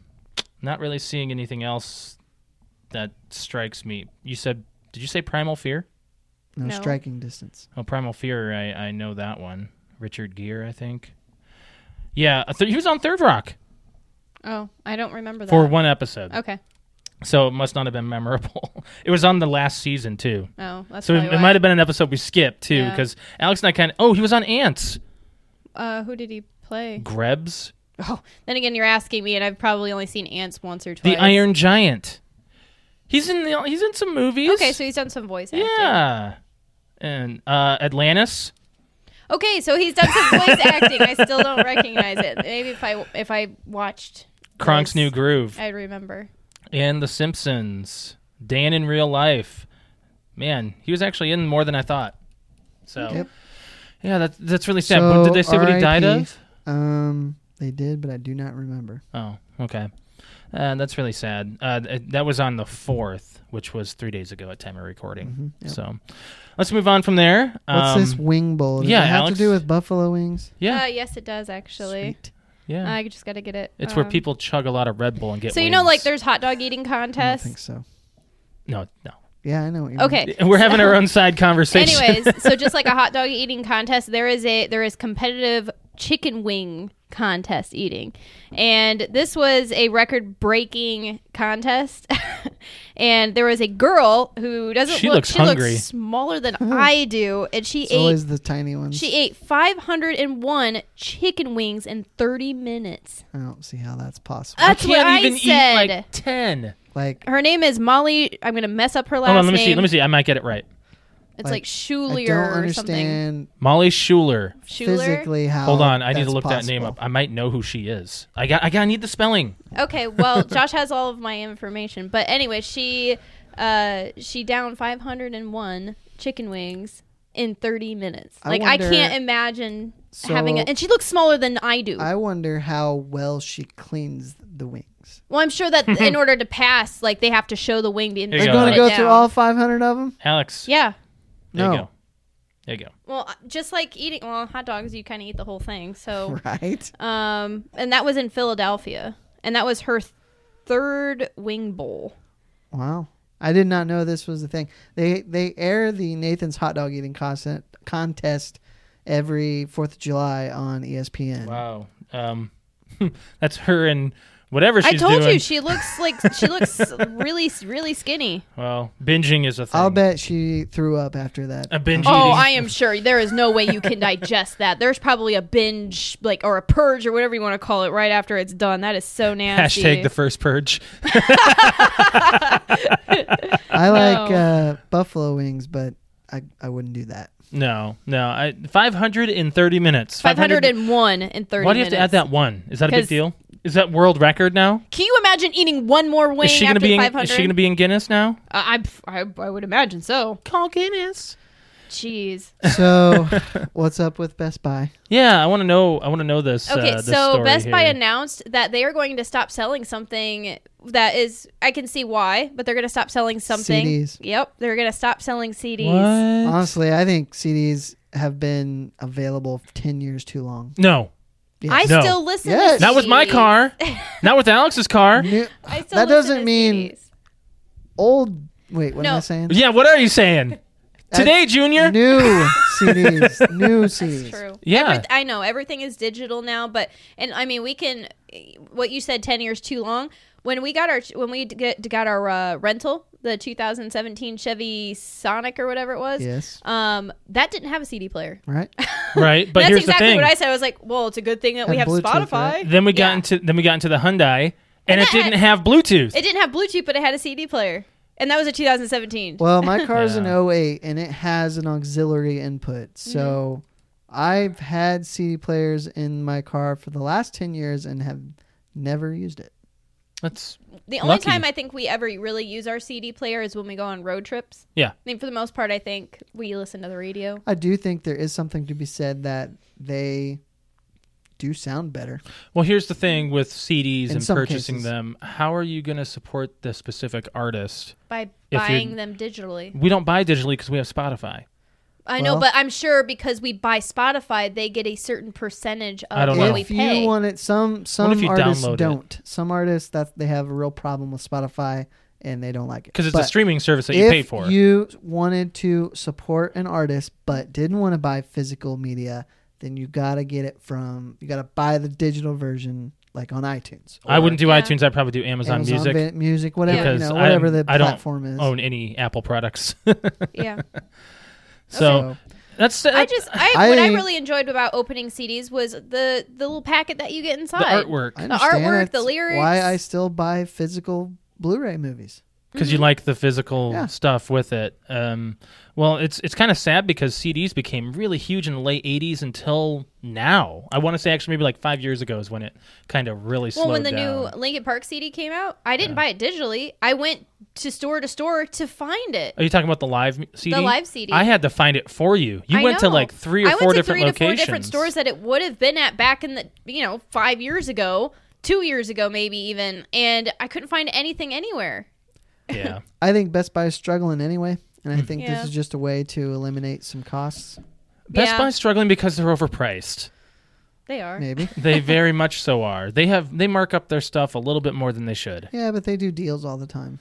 C: not really seeing anything else that strikes me. You said, did you say Primal Fear?
B: No,
A: No.
B: Striking Distance.
C: Oh, Primal Fear, I, I know that one. Richard Gere, I think. Yeah, a th- he was on Third Rock
A: Oh, I don't remember that. Oh.
C: for one episode,
A: Okay.
C: so it must not have been memorable. (laughs) it was on the last season too,
A: Oh, that's
C: so it,
A: probably
C: it
A: why.
C: might have been an episode we skipped too,
A: Yeah.
C: because Alex and I kind of. Oh, he was on Ants.
A: Uh, who did he play?
C: Grebs,
A: Oh, then again, you're asking me, and I've probably only seen ants once or twice.
C: the Iron Giant. He's in the, he's in some movies.
A: Okay, so he's done some voice acting.
C: yeah, and uh, Atlantis.
A: Okay, so he's done some
C: (laughs)
A: voice acting. I still don't recognize it. Maybe if I if I watched
C: Kronk's
A: Yes.
C: New Groove
A: I'd remember.
C: and The Simpsons. Dan in real life. Man, he was actually in more than I thought. So
B: Yep.
C: yeah, that's that's really sad. But did they say what he died
B: RIP.
C: of?
B: Um, they did, but I do not remember.
C: Oh, okay. Uh, that's really sad. Uh, th- that was on the fourth, which was three days ago at time of recording.
B: Mm-hmm. yep.
C: So let's move on from there.
B: What's
C: Um,
B: this wing bowl? Does
C: yeah,
B: it have
C: Alex?
B: to do with buffalo wings?
A: Uh,
C: Yeah,
A: yes, it does actually.
B: Sweet.
C: yeah.
A: I just got to get it.
C: it's where
A: um,
C: people chug a lot of Red Bull and get.
A: So you know, like
C: wings.
A: there's hot dog eating
B: I don't
A: contests.
B: think so.
C: no, no.
B: Yeah, I know. What you mean.
A: Okay.
C: We're having our own side conversation. (laughs)
A: Anyways, so just like a hot dog eating contest, there is a there is competitive chicken wing contest eating. And this was a record breaking contest. (laughs) and there was a girl who doesn't
C: She
A: look
C: looks
A: she looks
C: hungry.
A: smaller than I do and she
B: Hmm. It's
A: ate
B: always the tiny ones.
A: she ate 501 chicken wings in 30 minutes.
B: I don't see how that's possible.
A: That's
C: I
A: what
C: can't
A: I
C: even
A: said.
C: eat like ten.
B: like
A: Her name is Molly. I'm going to mess up her last
C: Hold on, let me
A: name.
C: see. Let me see. I might get it right.
A: It's like,
B: Like, I
A: Schulier
B: don't
A: or something.
B: understand
C: Molly Schuler.
A: Schuler?
B: physically how.
A: Oh,
C: Hold on, I need to
B: that's
C: look that name up.
B: possible.
C: I might know who she is. I got. I got. I need the spelling.
A: Okay,
B: (laughs)
A: well, Josh has all of my information, but anyway, she uh she down 501 chicken wings in 30 minutes.
B: I
A: like I
B: wonder-
A: can't imagine
B: So-
A: having a, and she looks smaller than I do.
B: I wonder how well she cleans the wings.
A: well, I'm sure
B: (laughs)
A: that in order to pass, like they have to show the wing being
C: There you
B: They're
C: go,
B: going to
C: Alex.
A: down.
B: go through all 500 of them.
C: Alex.
A: Yeah.
C: There you
B: No.
C: go. There you go.
A: Well, uh, just like eating well, hot dogs you kind of eat the whole thing. So,
B: (laughs) Right.
A: um and that was in Philadelphia, and that was her th- third wing bowl.
B: Wow. I did not know this was the thing. They they air the Nathan's hot dog eating contest contest every 4th of July on E ESPN.
C: Wow. Um, (laughs) that's her and whatever she's
A: I told
C: doing.
A: you she looks like she looks
C: (laughs)
A: really really skinny.
C: well, binging is a thing.
B: I'll bet she threw up after that.
C: (laughs) A binge
A: Oh,
C: eating.
A: I am sure there is no way you can digest that. There's probably a binge, like or a purge or whatever you want to call it, right after it's done. That is so nasty.
C: Hashtag the first purge.
B: I like
A: No.
B: uh, buffalo wings, but I, I wouldn't do that.
C: No, no. I, 530 minutes.
A: 501 in 30
C: Why do you have to
A: minutes.
C: add that one? Is that a big
A: 'Cause-
C: deal? Is that world record now?
A: Can you imagine eating one more wing
C: Is she
A: after
C: gonna be? In,
A: 500?
C: is she gonna be in Guinness now?
A: I, I, I would imagine so.
C: Call Guinness.
A: Jeez.
C: uh, (laughs)
B: So, what's up with Best Buy?
C: Yeah, I want to know. I want to know this.
A: Okay,
C: uh, this
A: so
C: story
A: Best Buy
C: here.
A: announced that they are going to stop selling something that is, I can see why, but they're going to stop selling something.
B: CDs.
A: Yep, they're going to stop selling CDs.
C: What?
B: Honestly, I think CDs have been available for 10 years too long.
C: No,
B: Yes.
A: I
C: No.
A: still listen
B: Yes.
A: to
C: not with my
A: CDs.
C: car.
A: (laughs)
C: not with Alex's car.
B: New-
A: I still listen
B: that doesn't
A: to
B: mean
A: CDs.
B: old. Wait, what am
A: No. (laughs)
B: I saying?
C: Yeah. What are you saying? Today, Junior.
B: New
A: (laughs)
B: CDs. New CDs.
A: That's true.
C: Yeah.
A: Everyth- I know everything is digital now, but and I mean we can. What you said, ten years too long. When we got our when we d- get, got our uh, rental, the 2017 Chevy Sonic or whatever it was,
B: Yes.
A: um, that didn't have a CD player.
B: Right?
C: (laughs)
A: (laughs)
C: right. But
A: That's
C: here's
A: exactly
C: the thing.
A: what I said. I was like, well, it's a good thing that we
B: Had
A: have
B: Bluetooth,
A: Spotify.
B: right?
C: then we got
A: Yeah.
C: into then we got into the Hyundai, and, it
A: that-
C: didn't have Bluetooth.
A: It didn't have Bluetooth, but it had a CD player, and that was a 2017.
B: Well, my car's
C: Yeah.
B: an 08 and it has an auxiliary input.
A: Mm-hmm.
B: So I've had CD players in my car for the last 10 years and have never used it.
C: That's
A: The only
C: Lucky.
A: time I think we ever really use our CD player is when we go on road trips.
C: Yeah.
A: I mean, for the most part, I think we listen to the radio.
B: I do think there is something to be said that they do sound better.
C: Well, here's the thing with CDs
B: In
C: and
B: some
C: purchasing
B: cases.
C: them. How are you going to support the specific artist?
A: by
C: you're-
A: buying them digitally.
C: We don't buy digitally because we have Spotify.
A: I know,
B: Well-
A: but I'm sure because we buy Spotify, they get a certain percentage of
C: I don't
A: what
C: know.
A: we
B: If
A: pay.
B: you want it, some
C: if
B: some
C: you
B: artists
C: download it?
B: don't. Some artists that they have a real problem with Spotify and they don't like it
C: Because it's a
B: But
C: streaming service that you pay
B: if
C: for.
B: you wanted to support an artist but didn't want to buy physical media, then you gotta get it from you gotta buy the digital version, like on iTunes.
C: I wouldn't do
A: Yeah.
C: iTunes. I'd probably do Amazon, Music.
B: Vi- music, whatever
A: Yeah.
B: you
C: Because
B: know, whatever
C: I'm-
B: the
C: I don't
B: platform is.
C: Own any Apple products. (laughs)
B: (laughs)
A: yeah,
B: So-
C: so that's
A: I just I,
B: I-
A: what I really enjoyed about opening CDs was the the little packet that you get
C: the
A: inside.
C: artwork.
B: I understand
A: artwork, the
B: that's
A: lyrics.
B: Why I still buy physical Blu-ray movies.
C: because you like the physical
B: Mm-hmm. Yeah.
C: stuff with it. Um, well, it's it's kind of sad because CDs became really huge in the late '80s until now. I want to say actually maybe like five years ago is when it kind of really
A: Well,
C: slowed
A: when the
C: down.
A: new Linkin Park CD came out, I didn't buy it digitally. I went to store to store to find it.
C: Are you talking about the live m- CD?
A: live CD.
C: I had to find it for you. You
A: I
C: went to
A: know.
C: like three or
A: I
C: four
A: went to
C: different
A: three
C: locations.
A: to four different stores that it would have been at back in the you know five years ago, two years ago maybe even, and I couldn't find anything anywhere.
C: (laughs)
A: (laughs)
C: yeah.
B: I think Best Buy is struggling anyway, and I
C: Hmm.
B: think
A: Yeah.
B: this is just a way to eliminate some costs.
C: Best
A: Yeah.
C: Buy's struggling because they're overpriced.
A: They are.
B: Maybe.
C: They very much so are. They have they mark up their stuff a little bit more than they should.
B: yeah, but they do deals all the time.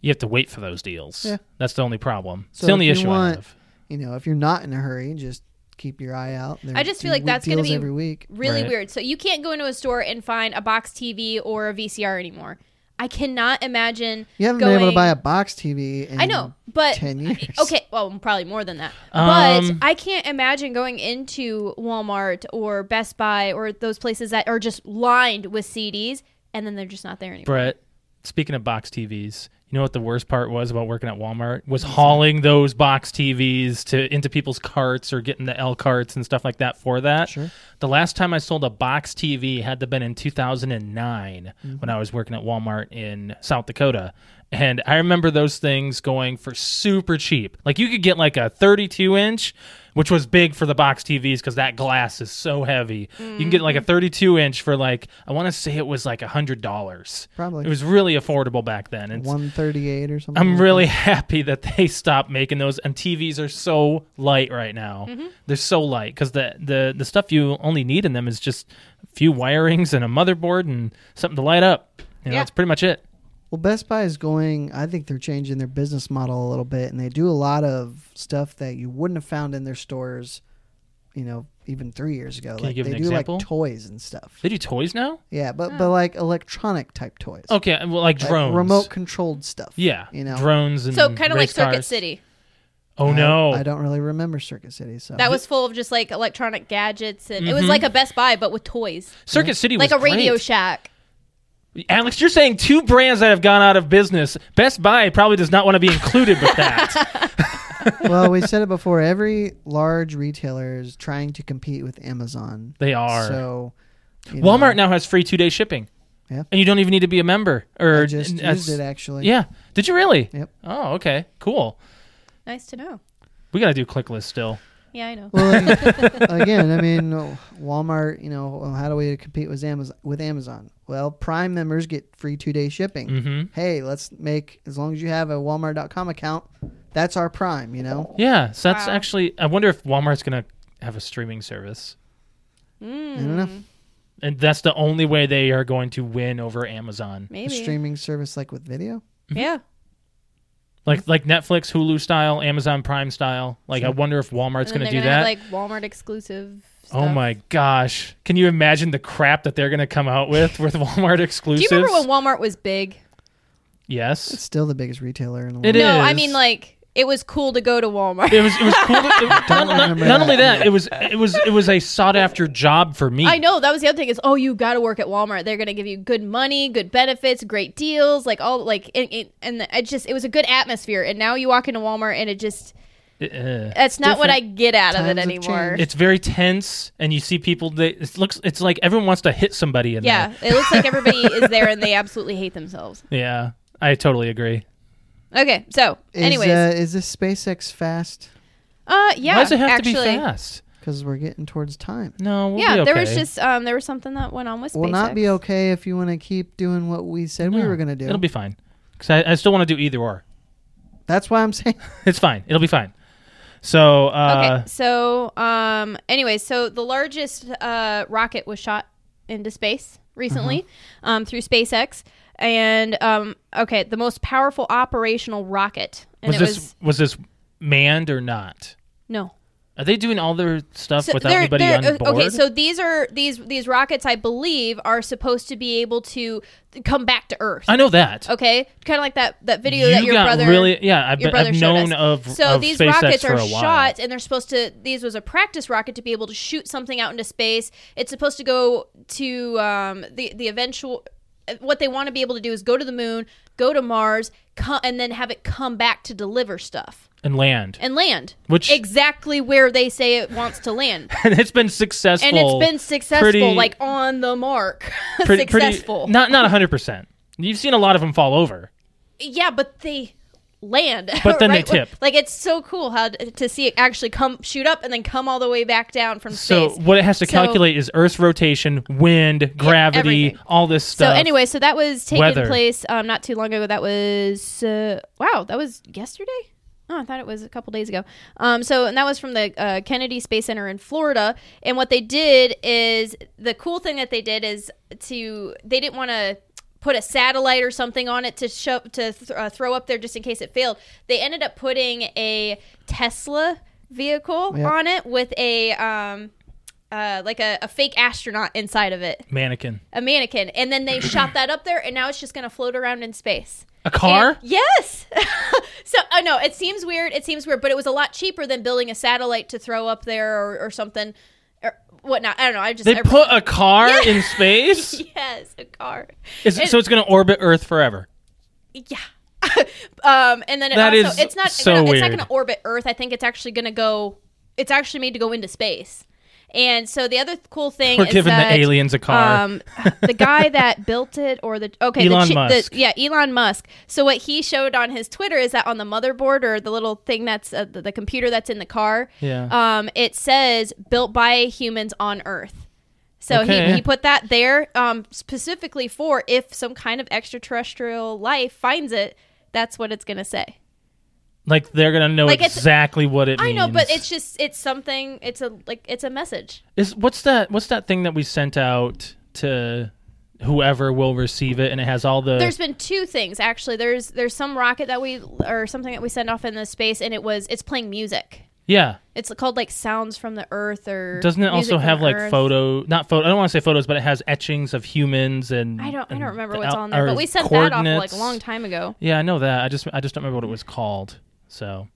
C: You have to wait for those deals.
B: Yeah.
C: That's the only problem. it's
B: So
C: the only
B: if you
C: issue I
B: want-
C: have.
B: You know, if you're not in a hurry, just keep your eye out. There
A: I just feel
B: are
A: like
B: week
A: that's gonna
B: deals
A: be-
B: every week.
A: Really
C: Right.
A: weird. So you can't go into a store and find a box TV or a VCR anymore. I cannot imagine.
B: You haven't
A: going,
B: been able to buy a box TV. In
A: I know, but
B: ten years.
A: Okay, well, probably more than that.
C: Um,
A: but I can't imagine going into Walmart or Best Buy or those places that are just lined with CDs and then they're just not there anymore.
C: Brett, speaking of box TVs, you know what the worst part was about working at Walmart was hauling those box TVs to into people's carts or getting the L carts and stuff like that for that.
B: Sure.
C: The last time I sold a box TV had to been in 2009 when I was working at Walmart in South Dakota. And I remember those things going for super cheap. Like you could get like a 32 inch, which was big for the box TVs because that glass is so heavy. You can get like a 32 inch for like, I want to say it was like $100.
B: (laughs) Probably.
C: It was really affordable back then. It's,
B: one thirty-eight or something.
C: I'm
B: like
C: really (laughs) happy that they stopped making those. And TVs are so light right now.
A: Mm-hmm.
C: They're so light because the, the the stuff you only need in them is just a few wirings and a motherboard and something to light up. You know,
A: Yeah.
C: that's pretty much it.
B: Well, Best Buy is going. I think they're changing their business model a little bit, and they do a lot of stuff that you wouldn't have found in their stores. You know, even three years ago,
C: Can you
B: like
C: give
B: they
C: an
B: do
C: example?
B: like toys and stuff.
C: They do toys now.
B: Yeah, but
A: Oh.
B: but like electronic type toys.
C: Okay, uh, well, like
B: Like
C: Oh, drones,
B: remote controlled stuff.
C: yeah,
B: you know.
C: drones and
A: So kind of like
C: Mm-hmm. race
A: Circuit
C: cars.
A: City.
C: Oh
B: I-
C: no,
B: I, don't really remember Circuit City. So
A: That was full of just like electronic gadgets and it was like a Best Buy but with toys.
C: Circuit City Mm-hmm. was
A: Like a Radio
C: great.
A: Shack.
C: Alex, you're saying two brands that have gone out of business. Best Buy probably does not want to be included
B: (laughs)
C: with that.
B: (laughs) well, we said it before. Every large retailer is trying to compete with Amazon.
C: they are.
B: So you know,
C: Walmart now has free two day shipping.
B: Yeah.
C: And you don't even need to be a member or
B: I just
C: and that's-
B: used it actually.
C: Yeah. Did you really?
B: Yep.
C: Oh, okay. Cool.
A: Nice to know.
C: We gotta do click list still.
A: Yeah, I know.
B: Well, ag- (laughs) again, I
C: (laughs)
B: mean, Walmart. You know, well, how do we compete with Amazon? With Amazon, well, Prime members get free two-day shipping.
C: Mm-hmm.
B: Hey, let's make as long as you have a Walmart.com account, that's our Prime. You know,
C: Yeah. So that's
A: Wow.
C: actually I wonder if Walmart's gonna have a streaming service.
A: Hmm.
B: I don't know.
C: And that's the only way they are going to win over Amazon.
B: A
A: Maybe.
B: streaming service like with video.
C: Mm-hmm.
A: Yeah.
C: Like like Netflix, Hulu style, Amazon Prime style. Like I wonder if Walmart's
A: and
C: gonna
A: then
C: do
A: they're
C: that.
A: gonna have like Walmart exclusive
C: Oh
A: stuff.
C: my gosh. Can you imagine the crap that they're going to come out with (laughs) with Walmart
A: Do you
C: exclusives?
A: remember when Walmart was big?
B: It's
C: yes.
B: still the biggest retailer in the world.
C: It
A: no, I
C: is.
A: mean like it was cool to go to Walmart. (laughs)
C: It was it was cool. To, it- not, not-
B: remember
C: not
B: that.
C: only that, it was it was it was a sought after job for me.
A: I know that was the other thing is oh you got to work at Walmart. They're going to give you good money, good benefits, great deals, like all like and, and, and it just it was a good atmosphere. And now you walk into Walmart and it just
C: Uh,
A: that's not what I
C: different.
A: get out of it
B: Times have
A: anymore.
B: changed.
C: It's very tense, and you see people. They, it looks. It's like everyone wants to hit somebody in
A: Yeah, it looks like everybody is there and they absolutely hate themselves.
C: there. Yeah, I totally agree.
A: Okay, so
B: Is,
A: anyways, uh,
B: uh, is this SpaceX fast?
A: yeah,
C: Why does it have
A: actually,
C: to be fast?
B: Because we're getting towards time.
C: No, we'll
A: yeah,
C: be
A: there was
C: okay.
A: just um there was something that went on with
B: Will not be
A: SpaceX.
B: okay if you want to keep doing what we said we
C: No,
B: were going to do.
C: It'll be fine. Because I, I still want to do either or.
B: That's why I'm saying (laughs)
C: It's fine. It'll be fine. So uh,
A: okay, so um, anyways, so the largest uh, rocket was shot into space recently
B: Uh-huh.
A: um, through SpaceX, and um, okay, the most powerful operational rocket, and
C: was
A: it
C: this
A: was
C: was, this manned or not?
A: no.
C: Are they doing all their stuff
A: So
C: without
A: they're-
C: anybody
A: they're- uh,
C: on board?
A: Okay, so these are these these rockets, I believe, are supposed to be able to come back to Earth.
C: I know that.
A: okay, kind of like that that video that your
C: got
A: brother
C: really yeah. I've,
A: your
C: been,
A: brother
C: I've
A: showed
C: known
A: us.
C: of
A: so
C: of
A: these
C: SpaceX
A: rockets
C: for
A: are
C: a while.
A: shot and they're supposed to these was a practice rocket to be able to shoot something out into space it's supposed to go to um, the the eventual what they want to be able to do is go to the moon go to mars co- and then have it come back to deliver stuff (laughs)
C: and land.
A: and land
C: Which-
A: exactly where they say it wants to land.
C: And it's been successful.
A: And it's been successful,
C: Pretty-
A: like on the mark. (laughs)
C: pretty,
A: successful.
C: Pretty, not not hundred percent. You've seen a lot of them fall over.
A: yeah, but they land. (laughs)
C: But then they tip.
A: Like it's so cool how t- to see it actually come shoot up and then come all the way back down from
C: So
A: space.
C: what it has to
A: So-
C: calculate is Earth's rotation, wind, gravity,
A: everything.
C: all this
A: So
C: stuff.
A: anyway, so that was taking
C: Weather.
A: place um, not too long ago. That was uh, wow, that was yesterday. Oh, I thought it was a couple days ago. Um, so and that was from the uh, Kennedy Space Center in Florida. And what they did is the cool thing that they did is to they didn't want to put a satellite or something on it to show to th- uh, throw up there just in case it failed. They ended up putting a Tesla vehicle
B: Yeah.
A: on it with a um, uh, like a, a fake astronaut inside of it
C: mannequin,
A: a mannequin, and then they shot that up there, and now it's just gonna float around in space.
C: a car.
A: And- yes. (laughs) so I know it seems weird. It seems weird, but it was a lot cheaper than building a satellite to throw up there or, or something, or whatnot. I don't know. I just
C: they
A: I-
C: put a car in space.
A: (laughs) yes a car.
C: Is-
A: And-
C: so it's going to orbit Earth forever.
A: Yeah. (laughs) um, and then it
C: That
A: also
C: is
A: it's not
C: so
A: gonna, it's not
C: weird.
A: going to orbit Earth. I think it's actually going to go. It's actually made to go into space. And so the other th- cool thing
C: We're
A: is
C: giving
A: that,
C: the aliens a car. (laughs)
A: Um, the guy that built it, or the okay, the
C: Elon
A: chi- the,
C: Musk.
A: yeah, Elon Musk. So what he showed on his Twitter is that on the motherboard or the little thing that's uh, the, the computer that's in the car,
C: Yeah.
A: um, it says built by humans on Earth. So
C: Okay.
A: he, he put that there um, specifically for if some kind of extraterrestrial life finds it, that's what it's gonna say.
C: like they're going to know
A: like it's-
C: exactly what it
A: I
C: means.
A: know, but it's just it's something. It's a like it's a message.
C: Is what's that? What's that thing that we sent out to whoever will receive it, and it has all the.
A: there's been two things actually. There's there's some rocket that we or something that we send off in the space, and it was it's playing music.
C: yeah,
A: It's called like sounds from the earth or
C: doesn't it
A: music
C: also
A: from
C: have like
A: Earth.
C: photo? Not photo. I don't want to say photos, but it has etchings of humans and.
A: I don't I
C: and
A: don't remember
C: the
A: what's
C: out-
A: on there,
C: or
A: but we sent that off like
C: coordinates.
A: a long time ago.
C: Yeah, I know that. I just I just don't remember what it was called. So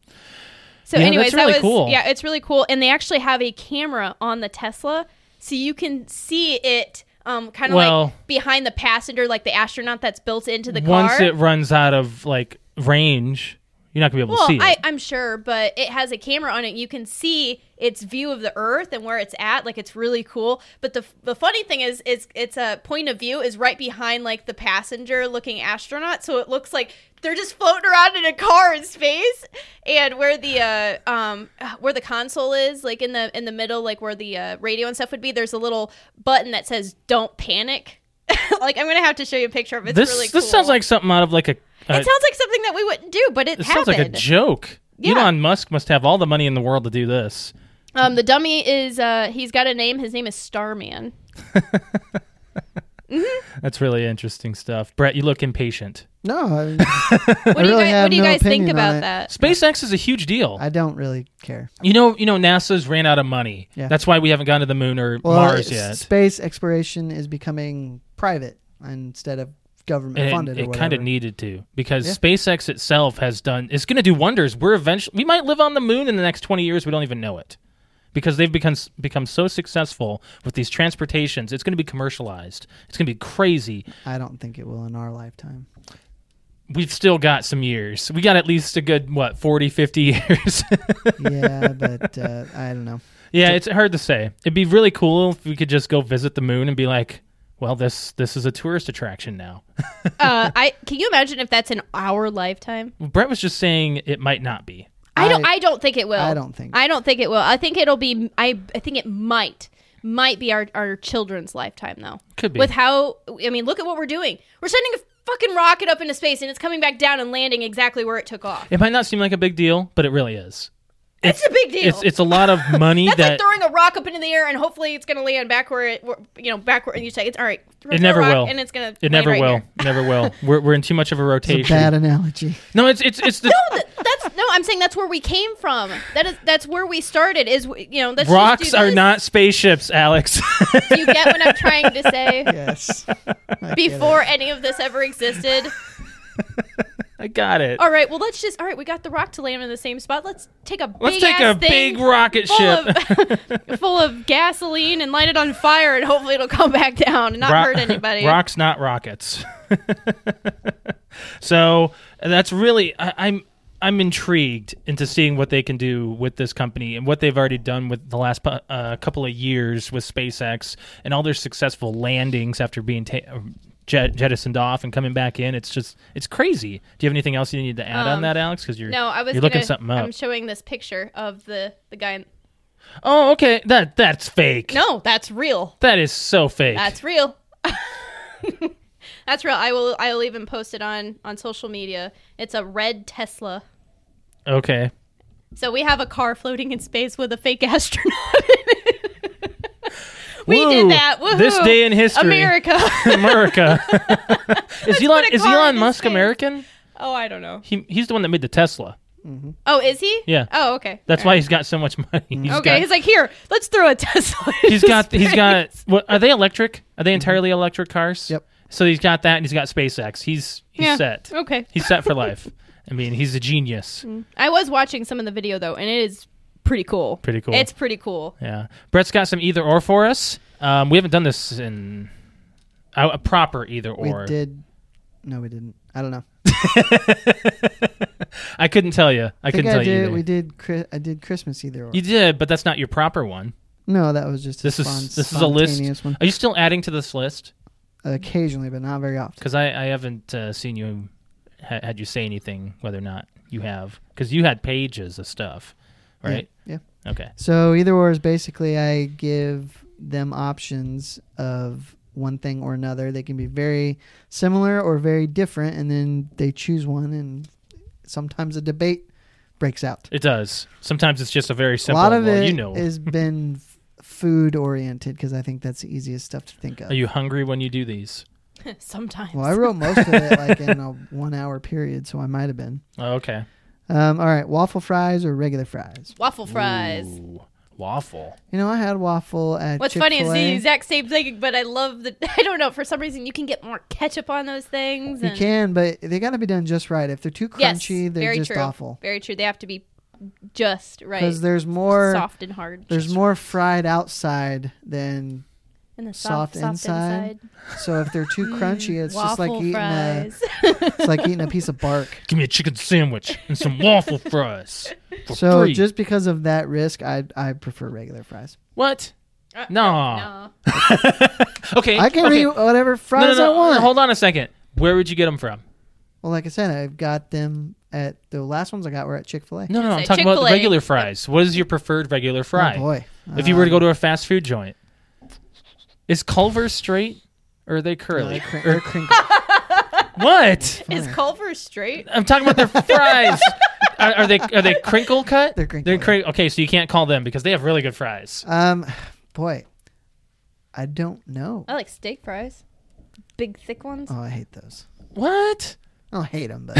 A: So,
C: Yeah,
A: anyways,
C: that's really
A: that was
C: cool.
A: yeah, it's really cool, and they actually have a camera on the Tesla, so you can see it, um, kind of
C: Well-
A: like behind the passenger, like the astronaut that's built into the
C: once
A: car.
C: it runs out of like range, you're not gonna be able
A: well,
C: to see it.
A: I, I'm sure, but it has a camera on it. You can see its view of the Earth and where it's at. Like it's really cool. But the the funny thing is, is it's a point of view is right behind like the passenger looking astronaut, so it looks like they're just floating around in a car in space. And where the uh, um where the console is, like in the in the middle, like where the uh, radio and stuff would be, there's a little button that says "Don't panic." (laughs) like I'm gonna have to show you a picture of it. It's
C: this
A: really cool.
C: this sounds like something out of like a. a-
A: it sounds like something that we wouldn't do, but it
C: this
A: happened.
C: sounds like a joke.
A: Yeah.
C: Elon Musk must have all the money in the world to do this.
A: Um, the dummy is uh, he's got a name. His name is
B: (laughs)
A: Starman.
C: That's really interesting stuff. Brett, you look impatient.
B: No, I,
A: What do you
B: really
A: guys,
B: have
A: what do you
B: no
A: guys think
B: opinion
A: about
B: on it.
A: that?
C: SpaceX is a huge deal.
B: I don't really care.
C: you know, you know, NASA's ran out of money.
B: Yeah.
C: That's why we haven't gone to the moon or
B: Well,
C: Mars
B: s-
C: yet.
B: Space exploration is becoming private instead of government
C: And
B: funded.
C: it
B: or
C: kind of
B: whatever.
C: needed to because
B: Yeah.
C: SpaceX itself has done. It's going to do wonders. We're eventually we might live on the moon in the next twenty years. We don't even know it because they've become become so successful with these transportations. It's going to be commercialized. It's going to be crazy.
B: I don't think it will in our lifetime.
C: We've still got some years. We got at least a good what 40, 50 (laughs) years.
B: Yeah, but uh, I don't
C: (laughs)
B: know.
C: yeah, it's hard to say. It'd be really cool if we could just go visit the moon and be like, well, this this is a tourist attraction now. (laughs)
A: Uh, I can you imagine if that's in our lifetime?
C: Brett was just saying it might not be.
A: I don't.
B: I-
A: I don't think it will.
B: I don't think-
A: I don't think it will. I think it'll be. I. I think it might. Might be our our children's lifetime though.
C: Could be.
A: With how I mean, look at what we're doing. We're sending a fucking rocket up into space and it's coming back down and landing exactly where it took off.
C: It might not seem like a big deal, but it really is.
A: It's, a big deal.
C: It's it's a lot of
A: (laughs)
C: money
A: that's
C: that
A: like throwing a rock up into the air and hopefully it's gonna land back where it, where- you know, back where and you say it's all right. throw
C: It
A: a
C: never
A: rock
C: will.
A: and it's gonna.
C: it
A: land
C: never
A: right
C: will,
A: here.
C: never will.
A: (laughs)
C: We're we're in too much of a
B: It's a
C: rotation.
B: bad analogy.
C: no, it's it's it's the
A: Th- That's no. I'm saying that's where we came from. That is that's where we started. Is you know that's
C: rocks are not spaceships, Alex. (laughs)
A: You get what I'm trying to
B: (laughs)
A: say.
B: Yes. I get it.
A: Before any of this ever existed.
C: I got it.
A: All right. Well, let's just. All right. We got the rock to land in the same spot. Let's take a.
C: Let's
A: big
C: take a
A: ass thing
C: big rocket
A: full
C: ship.
A: of (laughs) full of gasoline and light it on fire and
C: (laughs)
A: hopefully it'll come back down and not
C: Ro-
A: hurt anybody.
C: Rocks, not rockets. (laughs) So that's really I, I'm I'm intrigued into seeing what they can do with this company and what they've already done with the last pu- uh, couple of years with SpaceX and all their successful landings after being ta- uh, jet- jettisoned off and coming back in. It's just it's crazy. Do you have anything else you need to add on
A: Um,
C: that, Alex? Because you're
A: No, I was
C: you're
A: gonna,
C: looking something up.
A: I'm showing this picture of the the guy. In,
C: oh, okay. That that's fake.
A: no, that's real.
C: That is so fake.
A: That's real. (laughs) that's real. I will. I will even post it on on social media. It's a red Tesla.
C: okay.
A: So we have a car floating in space with a fake (laughs) astronaut. in it. we
C: Woo.
A: did that. Woohoo.
C: This day in history. (laughs)
A: America.
C: America. (laughs) is Elon
A: put a
C: is
A: car in
C: Elon
A: his
C: Musk
A: face.
C: American?
A: oh, I don't know.
C: He he's the one that made the Tesla.
A: Oh, is he?
C: Yeah.
A: Oh, okay.
C: That's why he's got so much money.
B: Mm-hmm.
C: He's
A: Okay,
C: got-
A: he's like, here, let's throw a (laughs) Tesla.
C: he's
A: into
C: got he's
A: space."
C: got what are they electric? Are they entirely electric cars?
B: Mm-hmm. Yep.
C: So he's got that and he's got SpaceX. He's he's
A: Yeah.
C: set.
A: (laughs) Okay.
C: He's set for life. I mean, he's a genius.
A: I was watching some of the video though, and it is pretty cool.
C: Pretty cool.
A: It's pretty cool. (laughs)
C: Yeah. Brett's got some either or for us. Um, we haven't done this in uh, a, a proper either
B: We
C: or.
B: did. No, we didn't. I don't know.
C: I couldn't tell you. I,
B: think
C: couldn't
B: I
C: tell you.
B: did.
C: either.
B: We did. Chri- I did Christmas either. Or.
C: You did, but that's not your proper one.
B: no, that was just
C: This
B: a
C: is
B: spon-
C: this is a list.
B: spontaneous One.
C: Are you still adding to this list?
B: Occasionally, but not very often.
C: Because I, I haven't uh, seen you ha- had you say anything whether or not you have. Because you had pages of stuff,
B: Yeah,
C: right?
B: yeah.
C: Okay.
B: So either or is basically I give them options of one thing or another. They can be very similar or very different, and then they choose one, and sometimes a debate breaks out.
C: It does. Sometimes it's just a very
B: A
C: simple.
B: lot of
C: well,
B: it
C: you know. (laughs)
B: has been food oriented because I think that's the easiest stuff to think of.
C: Are you hungry when you do these?
A: Sometimes.
B: well, I wrote most of it like in a (laughs) one hour period, so I might have been.
C: Oh, okay.
B: Um, all right, waffle fries or regular fries?
A: Waffle fries.
C: Ooh, waffle.
B: You know, I had waffle at
A: What's funny is the exact same thing, but I love the. (laughs) I don't know. For some reason, you can get more ketchup on those things.
B: you
A: and-
B: can, but they got to be done just right. If they're too
A: Yes,
B: crunchy, they're
A: very
B: just
A: true.
B: awful.
A: Very true. They have to be just right,
B: Because there's more
A: soft and hard.
B: there's more fried outside than
A: and the
B: soft inside. so if they're too
A: (laughs)
B: crunchy, it's just like
A: Waffle
B: eating a,
A: fries.
B: (laughs)
A: (laughs)
B: it's like eating a piece of bark.
C: (laughs) Give me a chicken sandwich and some
A: (laughs)
C: waffle fries for
B: So
C: free.
B: just because of that risk, I I prefer regular fries.
C: what?
A: Uh,
C: No.
A: no.
C: (laughs) Okay.
B: I can
C: okay.
B: eat whatever
C: No, no,
B: fries
C: no,
B: I want.
C: Hold on a second. Where would you get them from?
B: Well, like I said, I've got them at the last ones I got were at Chick Fil A.
C: No, no, no. I'm
A: Say
C: talking about the
A: Chick-fil-A.
C: regular fries. What is your preferred regular fry?
B: Oh boy! Uh,
C: If you were to go to a fast food joint, is Culver straight or are they curly?
B: or
C: (laughs)
B: crinkle.
C: what?
A: Is Culver straight?
C: I'm talking about
B: (laughs)
C: their fries. Are, are they are they crinkle cut?
B: They're crinkle,
C: They're
B: yeah.
C: crin- okay, so you can't call them because they have really good fries.
B: um, boy, I don't know.
C: Oh.
A: I like steak fries, big thick ones.
B: Oh, I hate those.
C: What?
B: I don't hate them, but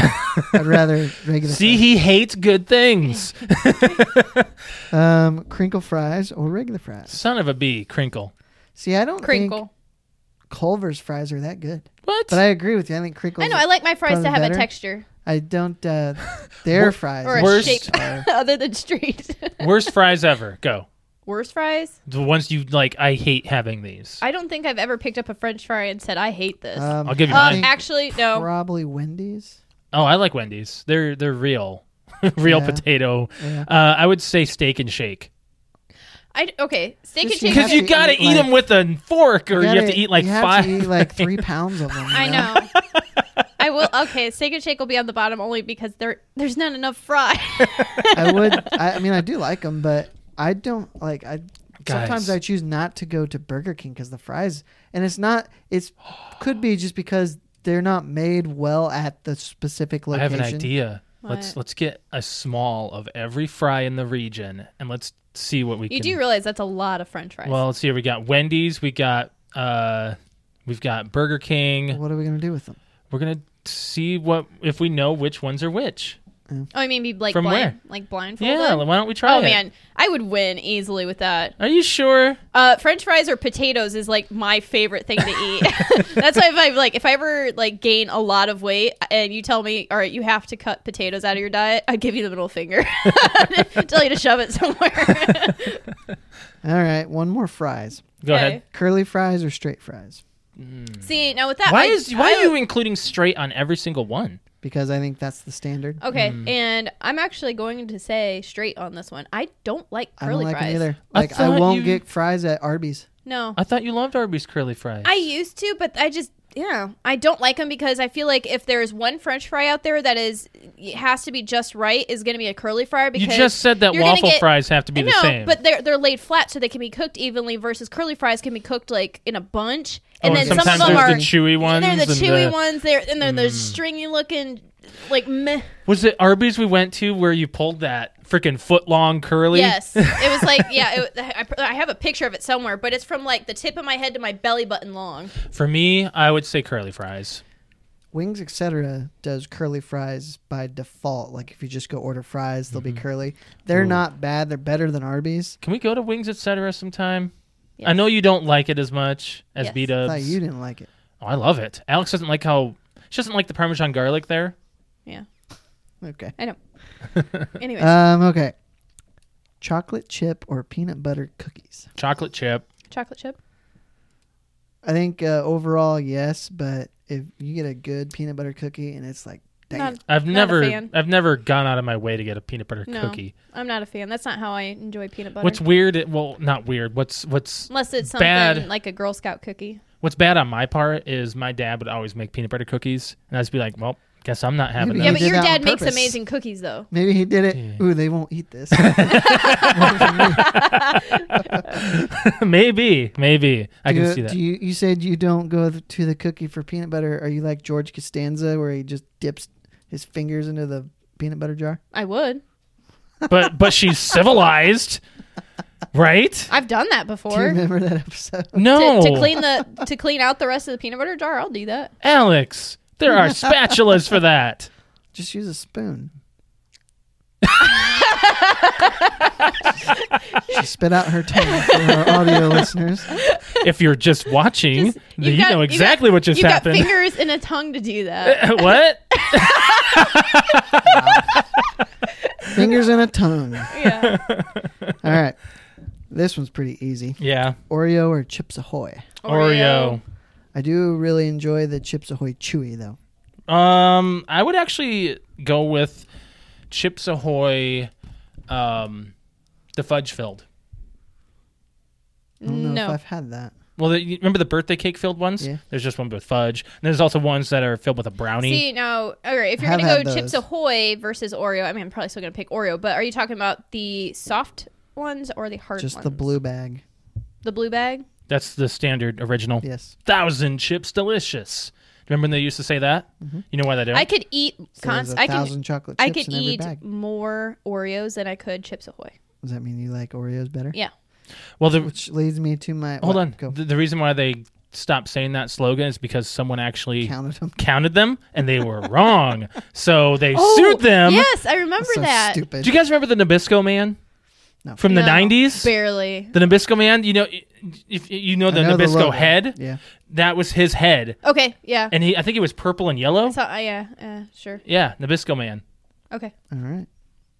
B: I'd
C: (laughs)
B: rather regular.
C: See, he hates good things. (laughs)
B: fries. um, crinkle fries or regular fries.
C: Son of a bee, crinkle.
B: See, I don't
A: Crinkle.
B: think Culver's fries are that good,
C: What?
B: but I agree with you. I think crinkles.
A: I know. I like my fries
B: Probably
A: to have
B: better.
A: a texture
B: I don't.
C: (laughs)
B: Uh, their fries
A: or a
C: Worst-
A: shape
B: are-
A: (laughs) other than straight. (laughs)
C: Worst fries ever. Go.
A: Worst fries?
C: The ones you like. I hate having these.
A: I don't think I've ever picked up a French fry and said I hate this.
B: Um,
C: I'll give you
B: I
C: mine.
A: um,
B: think
A: actually, no.
B: Probably Wendy's.
C: Oh, I like Wendy's. They're they're real, (laughs) real
B: Yeah.
C: potato.
B: Yeah.
C: Uh, I would say steak and shake
A: I okay. Steak and
B: Just you
A: shake.
B: have
C: because
A: is-
C: you
B: to
C: gotta
B: eat,
C: eat them with a fork, or you, have
B: gotta-
C: to eat like
B: you
C: five.
B: Have to eat like three pounds of them. you
A: I
C: (laughs)
A: know. I will. Okay, steak and shake will be on the bottom only because there there's not enough fry.
B: (laughs) I would. I, I mean, I do like them, but I don't like. I
C: Guys.
B: sometimes I choose not to go to Burger King because the fries, and it's not. It's could be just because they're not made well at the specific
C: (laughs) I
B: location.
C: have an idea. Let's
A: What?
C: let's get a small of every fry in the region, and let's see what we
A: you
C: can.
A: do realize that's a lot of French fries.
C: well, let's see. We got Wendy's. We got uh, we've got Burger King.
B: What are we gonna do with them?
C: We're gonna see what if we know which ones are which.
A: oh, I mean, be like
C: From
A: blind,
C: where?
A: like blindfolded.
C: Yeah, why don't we try
A: Oh
C: it?
A: man, I would win easily with that.
C: Are you sure?
A: Uh, French fries or potatoes is like my favorite thing to eat.
C: (laughs)
A: That's why if I like if I ever like gain a lot of weight and you tell me, all right, you have to cut potatoes out of your diet, I give you the middle finger, (laughs) tell you to shove it somewhere. (laughs)
B: All right, one more fries.
C: Go
A: Okay.
C: ahead.
B: Curly fries or straight fries?
A: See now with that,
C: Why
A: I-
C: is why
A: I-
C: are you including straight on every single one?
B: because I think that's the standard.
A: Okay, and I'm actually going to say straight on this one. I don't like
B: I don't
A: curly
B: like
A: fries.
B: it either.
C: I
B: Like I,
C: thought
B: won't
C: you-
B: get fries at Arby's.
A: No,
C: I thought you loved Arby's curly fries.
A: I used to, but I just yeah, I don't like them because I feel like if there's one French fry out there that is it has to be just right, is going to be a curly fry.
C: you
A: Because
C: just said that
A: you're gonna
C: waffle
A: get-
C: fries have to be
A: no,
C: the same.
A: but they're they're laid flat so they can be cooked evenly. Versus curly fries can be cooked like in a bunch, and
C: oh,
A: then
C: and
A: some of
C: sometimes
A: them
C: there's
A: are
C: the chewy ones.
A: they're the
C: and
A: chewy
C: the- Mm.
A: ones. They're and they're the stringy looking, like meh.
C: Was it Arby's we went to where you pulled that freaking foot long curly?
A: Yes, it was
B: (laughs)
A: like yeah. It, I, I have a picture of it somewhere, but it's from like the tip of my head to my belly button long.
C: For me, I would say curly fries.
B: Wings etc. does curly fries by default. Like if you just go order fries, they'll be curly. They're not bad. They're better than Arby's.
C: Can we go to Wings Etc. sometime?
A: Yes.
C: I know you don't like it as much as
A: Yes.
C: B
B: I thought
C: Dubs.
B: you didn't like it.
C: Oh, I love it. Alex doesn't like how she doesn't like the Parmesan garlic there.
A: Yeah,
B: Okay.
A: I know. Anyway,
B: Um. Okay. Chocolate chip or peanut butter cookies.
C: Chocolate chip.
A: chocolate chip.
B: I think uh, overall yes, but if you get a good peanut butter cookie and it's like, dang,
A: Not-
B: it,
C: I've
A: Not a
C: never
A: fan.
C: I've never gone out of my way to get a peanut butter
A: No.
C: cookie.
A: I'm not a fan. That's not how I enjoy peanut butter.
C: What's weird it- well not weird. What's what's
A: Unless it's something
C: bad.
A: like a Girl Scout cookie.
C: what's bad on my part is my dad would always make peanut butter cookies and I'd just be like, Well, guess I'm not having
B: Maybe
A: (laughs) yeah,
B: he
A: but
C: that.
B: did
A: your
B: that on
A: dad makes
B: purpose.
A: amazing cookies though.
B: maybe he did it.
C: Yeah.
B: Ooh, they won't eat this. (laughs)
C: (laughs) maybe. Maybe. I
B: Do
C: can
B: you-
C: see that.
B: Do you, you said you don't go th- to the cookie for peanut butter. Are you like George Costanza, where he just dips his fingers into the peanut butter jar?
A: I would.
C: but but she's civilized. Right?
A: I've done that
B: Do you
A: before.
B: remember that episode? (laughs)
C: No.
A: To, to clean the to clean out the rest of the peanut butter jar, I'll do that.
C: Alex, there
A: (laughs)
C: are spatulas for that.
B: Just use a spoon. she spit out her tongue for our audio listeners.
C: If you're just watching,
A: Just-
C: then you
A: you've got-
C: know
A: you've got-
C: exactly what just
A: You've
C: happened.
A: got fingers and a tongue to do
C: (laughs)
A: that.
C: what?
B: Fingers and a tongue.
A: yeah.
B: All right. This one's pretty easy.
A: (laughs)
C: Yeah.
B: Oreo or Chips Ahoy.
C: Oreo.
B: I do really enjoy the Chips Ahoy Chewy though.
C: Um, I would actually go with Chips Ahoy, um, the fudge filled.
B: I don't know
A: No.
B: if I've had that.
C: Well, the, you remember the birthday cake filled ones?
B: Yeah.
C: There's just one with fudge. And there's also ones that are filled with a brownie.
A: See now, all right. If you're
B: Have
A: gonna
B: had
A: go Chips
B: those.
A: Ahoy versus Oreo, I mean, I'm probably still gonna pick Oreo. But are you talking about the soft ones or the hard
B: Just
A: ones?
B: the blue bag.
A: the blue bag.
C: That's the standard original.
B: Yes.
C: Thousand chips delicious. Remember when they used to say that?
B: Mm-hmm.
C: You know why they do?
A: I could eat.
B: So there's
A: Cons-
B: a
A: I
B: thousand
A: can.
B: chocolate
A: I
B: chips
A: could
B: in every
A: eat
B: bag.
A: more Oreos than I could Chips Ahoy.
B: Does that mean you like Oreos better?
A: Yeah.
C: well, the,
B: Which leads me to my
C: hold
B: what?
C: on.
B: Go (laughs)
C: The, the reason why they stopped saying that slogan is because someone actually
B: counted them.
C: counted them and
B: (laughs)
C: they were wrong. So they
A: Oh,
C: sued them.
A: Yes, I remember
B: so
A: that.
B: stupid.
C: Do you guys remember the Nabisco man?
B: No.
C: From the
A: No,
C: 90s?
A: barely.
C: The Nabisco man, you know if you know the
B: I know the
C: Nabisco
B: logo.
C: head,
B: Yeah.
C: that was his head.
A: Okay, yeah.
C: And he I think it was purple and yellow.
A: So, uh, yeah, uh, sure.
C: Yeah, Nabisco man.
A: Okay,
B: All right.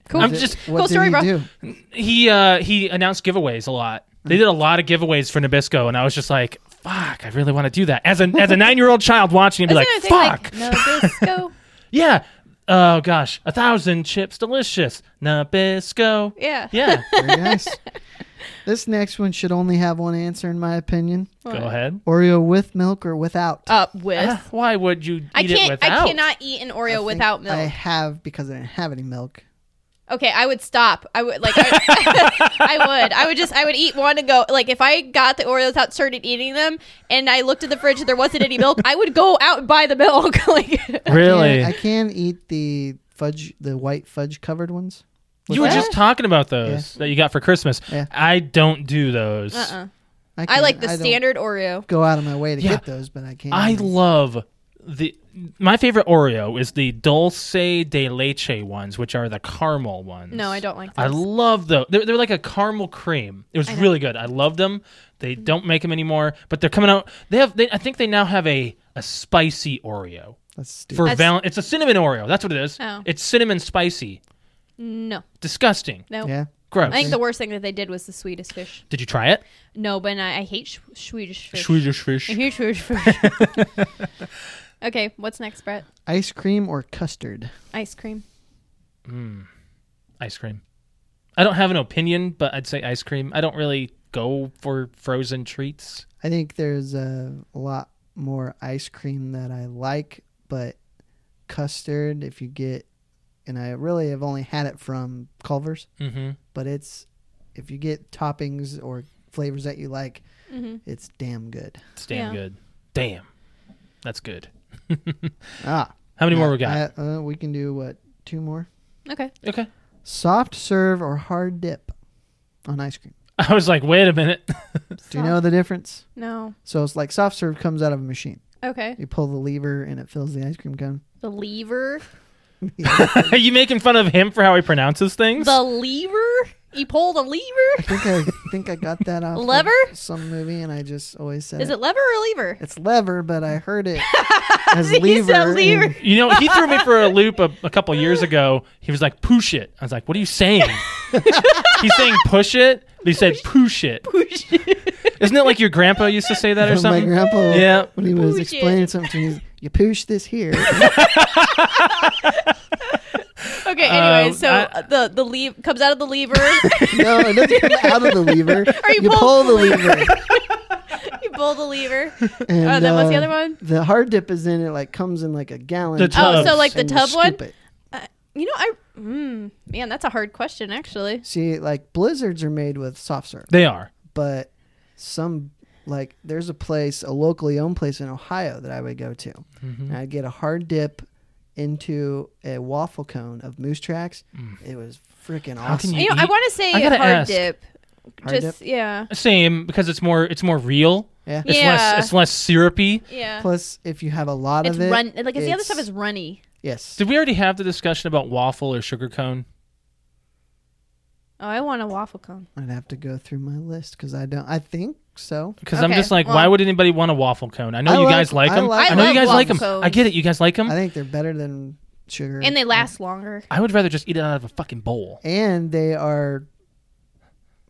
A: cool.
C: I'm
B: Did-
C: (laughs) just-
B: what
A: Cool
B: did
A: story,
B: he
A: bro.
B: do?
C: He uh he announced giveaways a lot. They did a lot of giveaways for Nabisco and I was just like, fuck, I really want to do that. As a
A: (laughs)
C: as a 9-year-old child watching and be
A: Isn't
C: like,
A: it a thing
C: fuck.
A: Like,
C: (laughs)
A: Nabisco.
C: yeah. Oh gosh, a thousand chips delicious. Nabisco.
A: yeah.
C: Yeah.
A: (laughs)
B: Very nice. this next one should only have one answer, in my opinion.
C: Go
A: What?
C: ahead.
B: Oreo with milk or without.
A: Uh, with.
C: Ah, why would you eat
A: I
C: it
A: can't.
C: without?
A: I cannot eat an
B: I
A: Oreo
B: think
A: without milk.
B: I have because I didn't have any milk.
A: Okay, I would stop. I would like. I, (laughs) I would. I would just. I would eat one and go. Like if I got the Oreos out, started eating them, and I looked at the fridge and there wasn't any milk, I would go out and buy the milk. (laughs) like,
C: Really?
B: Yeah, I can eat the fudge, the white fudge covered ones.
C: you were
A: that?
C: just talking about those that you got for Christmas.
B: Yeah.
C: I don't do
A: (laughs)
C: those.
A: uh-uh.
B: can-
A: I like the
B: don't
A: standard Oreo.
B: Go out of my way to
C: Yeah.
B: get those, but I can't.
C: I
A: Mm.
C: love the my favorite Oreo is the dulce de leche ones, which are the caramel ones.
A: No, I don't like
C: I
A: those.
C: love those. They're, they're like a caramel cream. It was
A: I know. Mm.
C: really good. I loved them. They don't make them anymore, but they're coming out. They have. They, I think they now have a a spicy Oreo
B: That's stupid.
C: for
A: That's-
C: val. It's a cinnamon Oreo. That's what it is.
A: Oh.
C: It's cinnamon spicy.
A: no,
C: Disgusting.
A: no.
B: yeah.
C: Gross.
A: I think the worst thing that they did was the Swedish fish.
C: Did you try it?
A: No, but I, I hate sh- Swedish fish.
C: Swedish fish.
A: I hate Swedish fish. Okay, what's next, Brett?
B: Ice cream or custard?
A: Ice cream.
C: Mm. Ice cream. I don't have an opinion, but I'd say ice cream. I don't really go for frozen treats.
B: I think there's a lot more ice cream that I like, but custard, if you get, and I really have only had it from Culver's,
C: Mm-hmm.
B: but it's, if you get toppings or flavors that you like,
A: Mm-hmm.
B: it's damn good.
C: It's damn
A: Yeah.
C: good. Damn. That's good.
B: Ah.
C: How many more
B: uh,
C: we got?
B: I- uh, we can do what? Two more?
A: Okay.
C: Uh, okay.
B: Soft serve or hard dip on ice cream?
C: (laughs) I was like, wait a minute. (laughs)
B: Do you know the difference?
A: No.
B: So it's like soft serve comes out of a machine.
A: Okay.
B: You pull the lever and it fills the ice cream cone. (laughs)
A: The lever.
C: Are you making fun of him for how he pronounces things?
A: The lever. You pull the (laughs) lever.
B: I think I think I got that off of
A: Lever?
B: some movie, and I just always said
A: Is it lever or lever?
B: (laughs) It's lever, but I
A: (laughs)
B: heard it as
A: He said
B: lever. and-
A: lever.
C: You know, he threw me
A: (laughs)
C: for a loop a, a couple years ago. He was like, "Push it." I was like, "What are
A: (laughs)
C: you saying?" He's saying "push it," but he said "push it." Isn't it like your grandpa used to say that or
B: When my
C: something?
B: grandpa,
C: Yeah.
B: when he was
A: Push
B: explaining
A: it.
B: something, to me, he's, you push this here. (laughs)
A: Okay. Anyway,
C: Um,
A: so uh,
C: I-
A: the the leave comes out of the lever. (laughs)
B: no, it doesn't come out of the lever.
A: you
B: pull,
A: pull
B: the lever.
A: you pull the lever.
B: And,
A: Oh, then what's the
B: uh,
A: other one?
B: The hard dip is in it, like comes in like a gallon.
C: The
A: Oh,
C: tubs.
A: so like the
B: and you
A: tub one.
B: scoop it.
A: You know, I mm, man, that's a hard question actually.
B: See, like blizzards are made with soft serve,
C: They are.
B: but some like there's a place, a locally owned place in Ohio that I would go to.
C: Mm-hmm.
B: And I'd get a hard dip into a waffle cone of moose tracks. It was freaking
C: Mm. How can
B: awesome.
A: You know, I
C: eat-
A: want to say
C: I
A: hard
C: gotta ask.
A: dip.
B: Hard
A: Just yeah,
C: Same because it's more. It's more real.
B: Yeah.
C: It's
A: Yeah.
C: less. It's less syrupy.
A: yeah.
B: Plus, if you have a lot
A: it's
B: of it,
A: run like it's the other
B: it's-
A: stuff is runny.
B: yes.
C: Did we already have the discussion about waffle or sugar cone?
A: Oh, I want a waffle cone.
B: I'd have to go through my list because I don't. I think so.
C: Because I'm
A: Okay,
C: just like,
A: well-
C: why would anybody want a waffle cone? I know
B: I
C: you
B: like-
C: guys like
B: I
C: them.
B: like-
C: know
A: I
C: you guys
A: love
C: like them.
A: waffle
C: I get it. You guys like them.
B: I think they're better than sugar,
A: Mm-hmm. And they last longer.
C: I would rather just eat it out of a fucking bowl.
B: and they are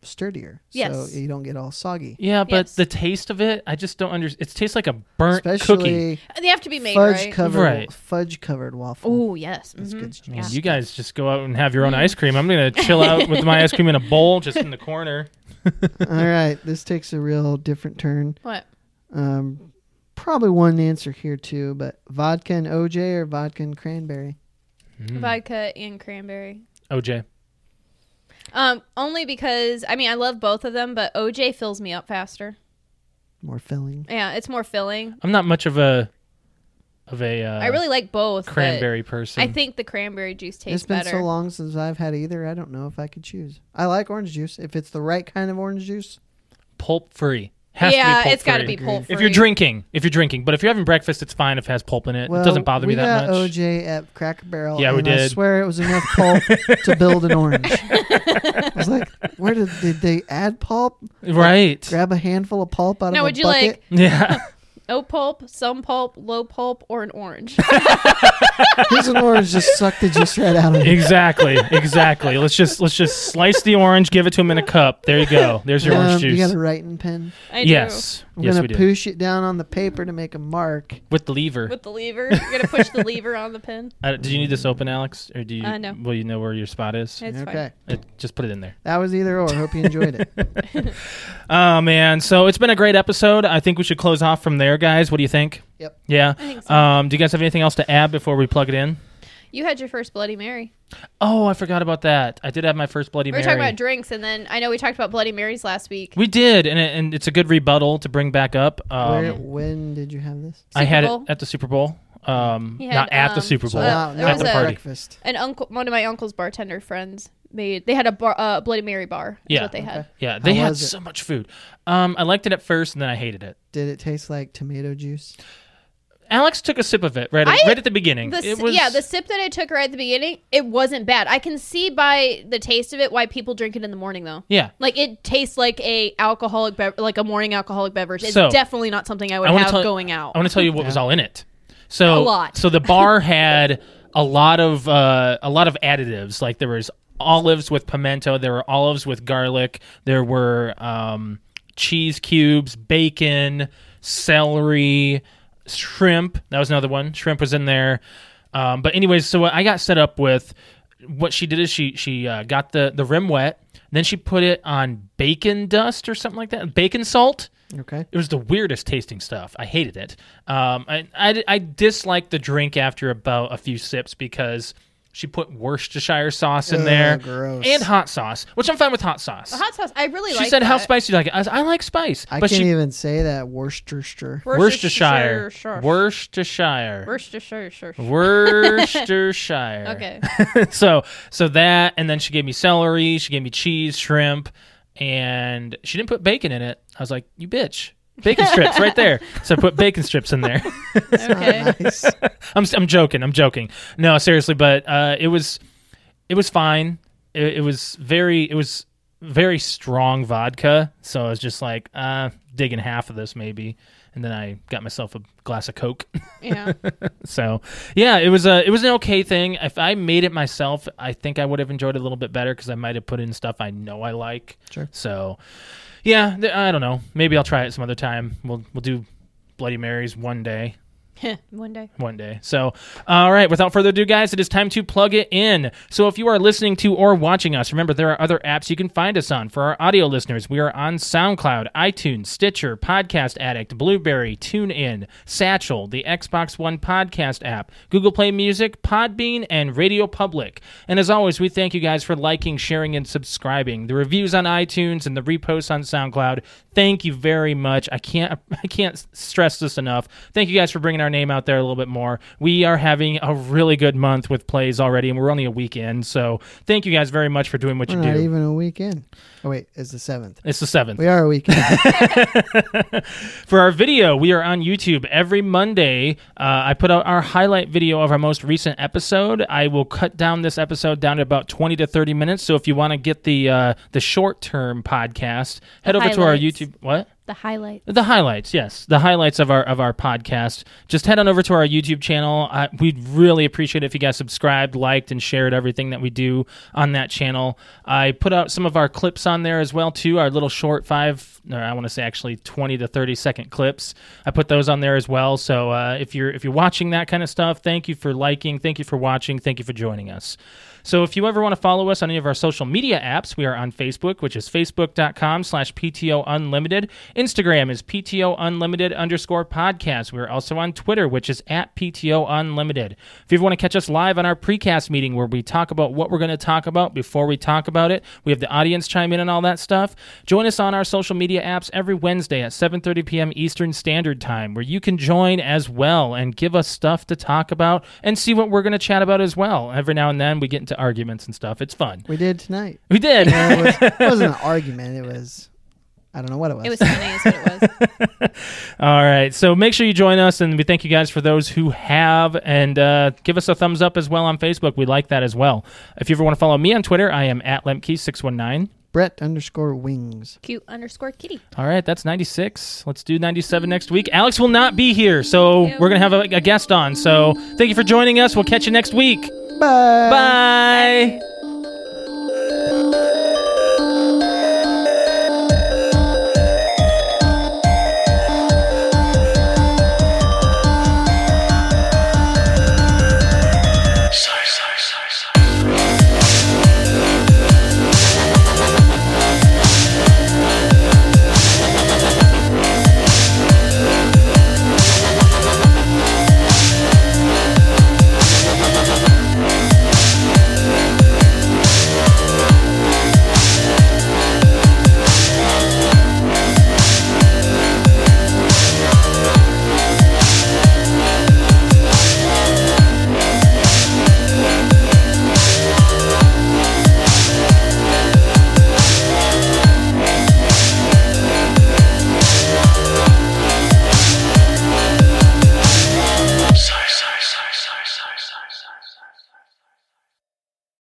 B: sturdier.
A: Yes.
B: so you don't get all soggy.
C: Yeah, but
A: Yes.
C: the taste of it, I just don't understand. It tastes like a burnt cookie.
B: Especially
A: Uh, They have to be made
B: fudge
A: right.
B: covered
C: Right.
B: fudge covered waffle.
A: Oh yes,
B: That's
A: mhm.
B: good
C: Man,
A: Yeah.
C: You guys just go out and have
A: Mm.
C: your own ice cream. I'm gonna chill out with my ice cream in a
A: (laughs)
C: bowl just in the corner.
B: all right, this takes a real different turn.
A: What?
B: Um, probably one answer here too, but vodka and OJ or vodka and cranberry.
A: Vodka and cranberry.
C: OJ.
A: Um, only because I mean I love both of them, but OJ fills me up faster.
B: More filling.
A: Yeah, it's more filling.
C: I'm not much of a of a uh,
A: I really like both. but
C: cranberry person.
A: I think the cranberry juice tastes
B: it's been
A: better.
B: so long since I've had either. I don't know if I could choose. I like orange juice if it's the right kind of orange juice.
C: pulp free. Has to
A: yeah,
C: be pulp
A: it's got to
C: free.
A: be pulp.
C: If you're
A: free.
C: drinking, if you're drinking, but if you're having breakfast, it's fine if it has pulp in it.
B: Well,
C: it doesn't bother me
B: we
C: that
B: got
C: much.
B: OJ at Cracker Barrel.
C: Yeah, we
B: and I
C: did.
B: swear it was enough pulp
C: (laughs)
B: to build an orange. I was like, where did, did they add pulp?
C: Right.
B: Grab a handful of pulp out
A: Now,
B: of a
A: would you
B: bucket.
A: like
C: (laughs) Yeah.
A: no Oh, pulp, some pulp, low pulp, or an
C: (laughs)
A: orange?
B: Here's an orange. Just suck the juice right out
C: (laughs)
B: of it.
C: exactly. Exactly. Let's just let's just slice the orange, give it to him in a cup. There you go. There's your
B: Um,
C: orange
B: You
C: juice.
B: got a writing pen.
A: I
C: yes.
B: I'm
C: Yes,
B: gonna
C: we do.
B: push it down on the paper to make a mark.
C: With the
A: do.
C: lever.
A: With the
C: (laughs)
A: lever, you're gonna push the lever on the pen.
C: Uh, do you need this open, Alex, or do you?
A: Uh, no.
C: Will you know where your spot is?
A: It's
B: okay,
A: fine.
C: Uh, just put it in there.
B: that was either or. Hope you enjoyed it.
C: Oh man, so it's been a great episode. I think we should close off from there, guys. What do you think?
B: Yep.
C: Yeah.
A: I think so.
C: Um, do you guys have anything else to add before we plug it in?
A: You had your first Bloody Mary.
C: Oh, I forgot about that. I did have my first Bloody
A: We were
C: Mary.
A: talking about drinks, and then I know we talked about Bloody Marys last week.
C: we did, and it, and it's a good rebuttal to bring back up.
B: Where,
C: (laughs) Um,
B: when did you have this?
C: I
A: Super
C: had it
A: Bowl?
C: at the Super Bowl. Um,
A: He had,
C: not at the
A: um,
C: Super Bowl.
A: Well,
B: now,
A: there
B: now
A: was
B: for
A: a-
B: breakfast.
A: An uncle, one of my uncle's bartender friends made. They had a bar, uh, Bloody Mary bar. Is
C: Yeah.
A: what they had.
C: yeah, they had
B: was it?
C: so much food. Um, I liked it at first, and then I hated it.
B: Did it taste like tomato juice?
C: Alex took a sip of it right, at-
A: I-
C: right at the beginning.
A: The,
C: it
A: s-
C: was
A: yeah, the sip that I took right at the beginning, it wasn't bad. I can see by the taste of it why people drink it in the morning though.
C: yeah.
A: Like it tastes like a alcoholic, bev- like a morning alcoholic beverage. It's
C: So,
A: definitely not something I would
C: I wanna
A: have
C: tell-
A: going out.
C: I want to tell you
A: (laughs)
C: what was all in it. So
A: A lot.
C: So
A: (laughs)
C: the bar had a lot of uh, a lot of additives. Like there was olives with pimento. There were olives with garlic. There were um, cheese cubes, bacon, celery. Shrimp. That was another one. Shrimp was in there. Um, but anyways, so what I got set up with what she did is she she uh, got the the rim wet, then she put it on bacon dust or something like that, bacon salt.
B: Okay.
C: It was the weirdest tasting stuff. I hated it. Um, I, I, I disliked the drink after about a few sips because she put Worcestershire sauce in
B: Ugh,
C: there
B: gross.
C: and hot sauce, which I'm fine with hot sauce.
A: The hot sauce. I really
C: she
A: like.
C: said,
A: that.
C: "How spicy do you like it?" I, said, I like spice,
B: I
C: but
B: can't
C: she
B: even say that Worcestershire.
C: Worcestershire,
A: Worcestershire.
C: Worcestershire,
A: Worcestershire. Sure.
C: Worcestershire.
A: Okay.
C: (laughs) so so that, and then she gave me celery, she gave me cheese, shrimp, and she didn't put bacon in it. I was like, "You bitch." bacon strips right there. So I put bacon strips in there.
A: Okay.
B: Not (laughs)
C: (laughs)
B: nice.
C: I'm I'm joking. I'm joking. No, seriously, but uh, it was it was fine. It, it was very it was very strong vodka. So I was just like uh, digging half of this maybe, and then I got myself a glass of Coke. (laughs)
A: yeah. (laughs)
C: so yeah, it was a it was an okay thing. If I made it myself, I think I would have enjoyed it a little bit better because I might have put in stuff I know I like.
B: Sure.
C: So yeah, th- I don't know. Maybe I'll try it some other time. We'll we'll do Bloody Marys one day
A: One day.
C: one day. So, all right, without further ado, guys, it is time to plug it in. So, if you are listening to or watching us, remember there are other apps you can find us on. For our audio listeners, we are on SoundCloud, iTunes, Stitcher, Podcast Addict, Blueberry, TuneIn, Satchel, the Xbox One podcast app, Google Play Music, Podbean, and Radio Public. And as always, we thank you guys for liking, sharing, and subscribing. The reviews on iTunes and the reposts on SoundCloud. Thank you very much. I can't (laughs) I can't stress this enough. Thank you guys for bringing our name out there a little bit more. We are having a really good month with plays already, and we're only a week in. So thank you guys very much for doing what
B: We're
C: you
B: not
C: do.
B: even a weekend. Oh wait, it's the seventh.
C: It's the seventh.
B: We are a
C: (laughs)
B: weekend.
C: For our video, we are on YouTube every Monday. Uh, I put out our highlight video of our most recent episode. I will cut down this episode down to about twenty to thirty minutes. So if you want to get the uh, the short term podcast, head over to our
A: highlights.
C: YouTube. What?
A: The highlight.
C: The highlights, yes, the highlights of our of our podcast. Just head on over to our YouTube channel. I, we'd really appreciate it if you guys subscribed, liked, and shared everything that we do on that channel. I put out some of our clips on there as well too. Our little short five, or I want to say actually twenty to thirty second clips. I put those on there as well. So uh, if you're if you're watching that kind of stuff, thank you for liking, thank you for watching, thank you for joining us. So if you ever want to follow us on any of our social media apps, we are on Facebook, which is facebook.com slash PTO Unlimited. Instagram is PTO Unlimited underscore podcast. We're also on Twitter, which is at PTO Unlimited. If you want to catch us live on our precast meeting where we talk about what we're going to talk about before we talk about it, we have the audience chime in and all that stuff. Join us on our social media apps every Wednesday at 7.30 p.m. Eastern Standard Time, where you can join as well and give us stuff to talk about and see what we're going to chat about as well. Every now and then we get into arguments and stuff. It's fun.
B: we did tonight.
C: We did.
B: It, was, it wasn't an argument. It was. I don't know what it was.
A: It was funny. Is what (laughs) it was.
C: (laughs) All right. So make sure you join us, and we thank you guys for those who have, and uh, give us a thumbs up as well on Facebook. We like that as well. If you ever want to follow me on Twitter, I am at lemke619.
B: Brett underscore wings.
A: Cute underscore kitty.
C: All right, that's 96. Let's do 97 next week. Alex will not be here, so we're going to have a, a guest on. So thank you for joining us. We'll catch you next week.
B: Bye.
C: Bye.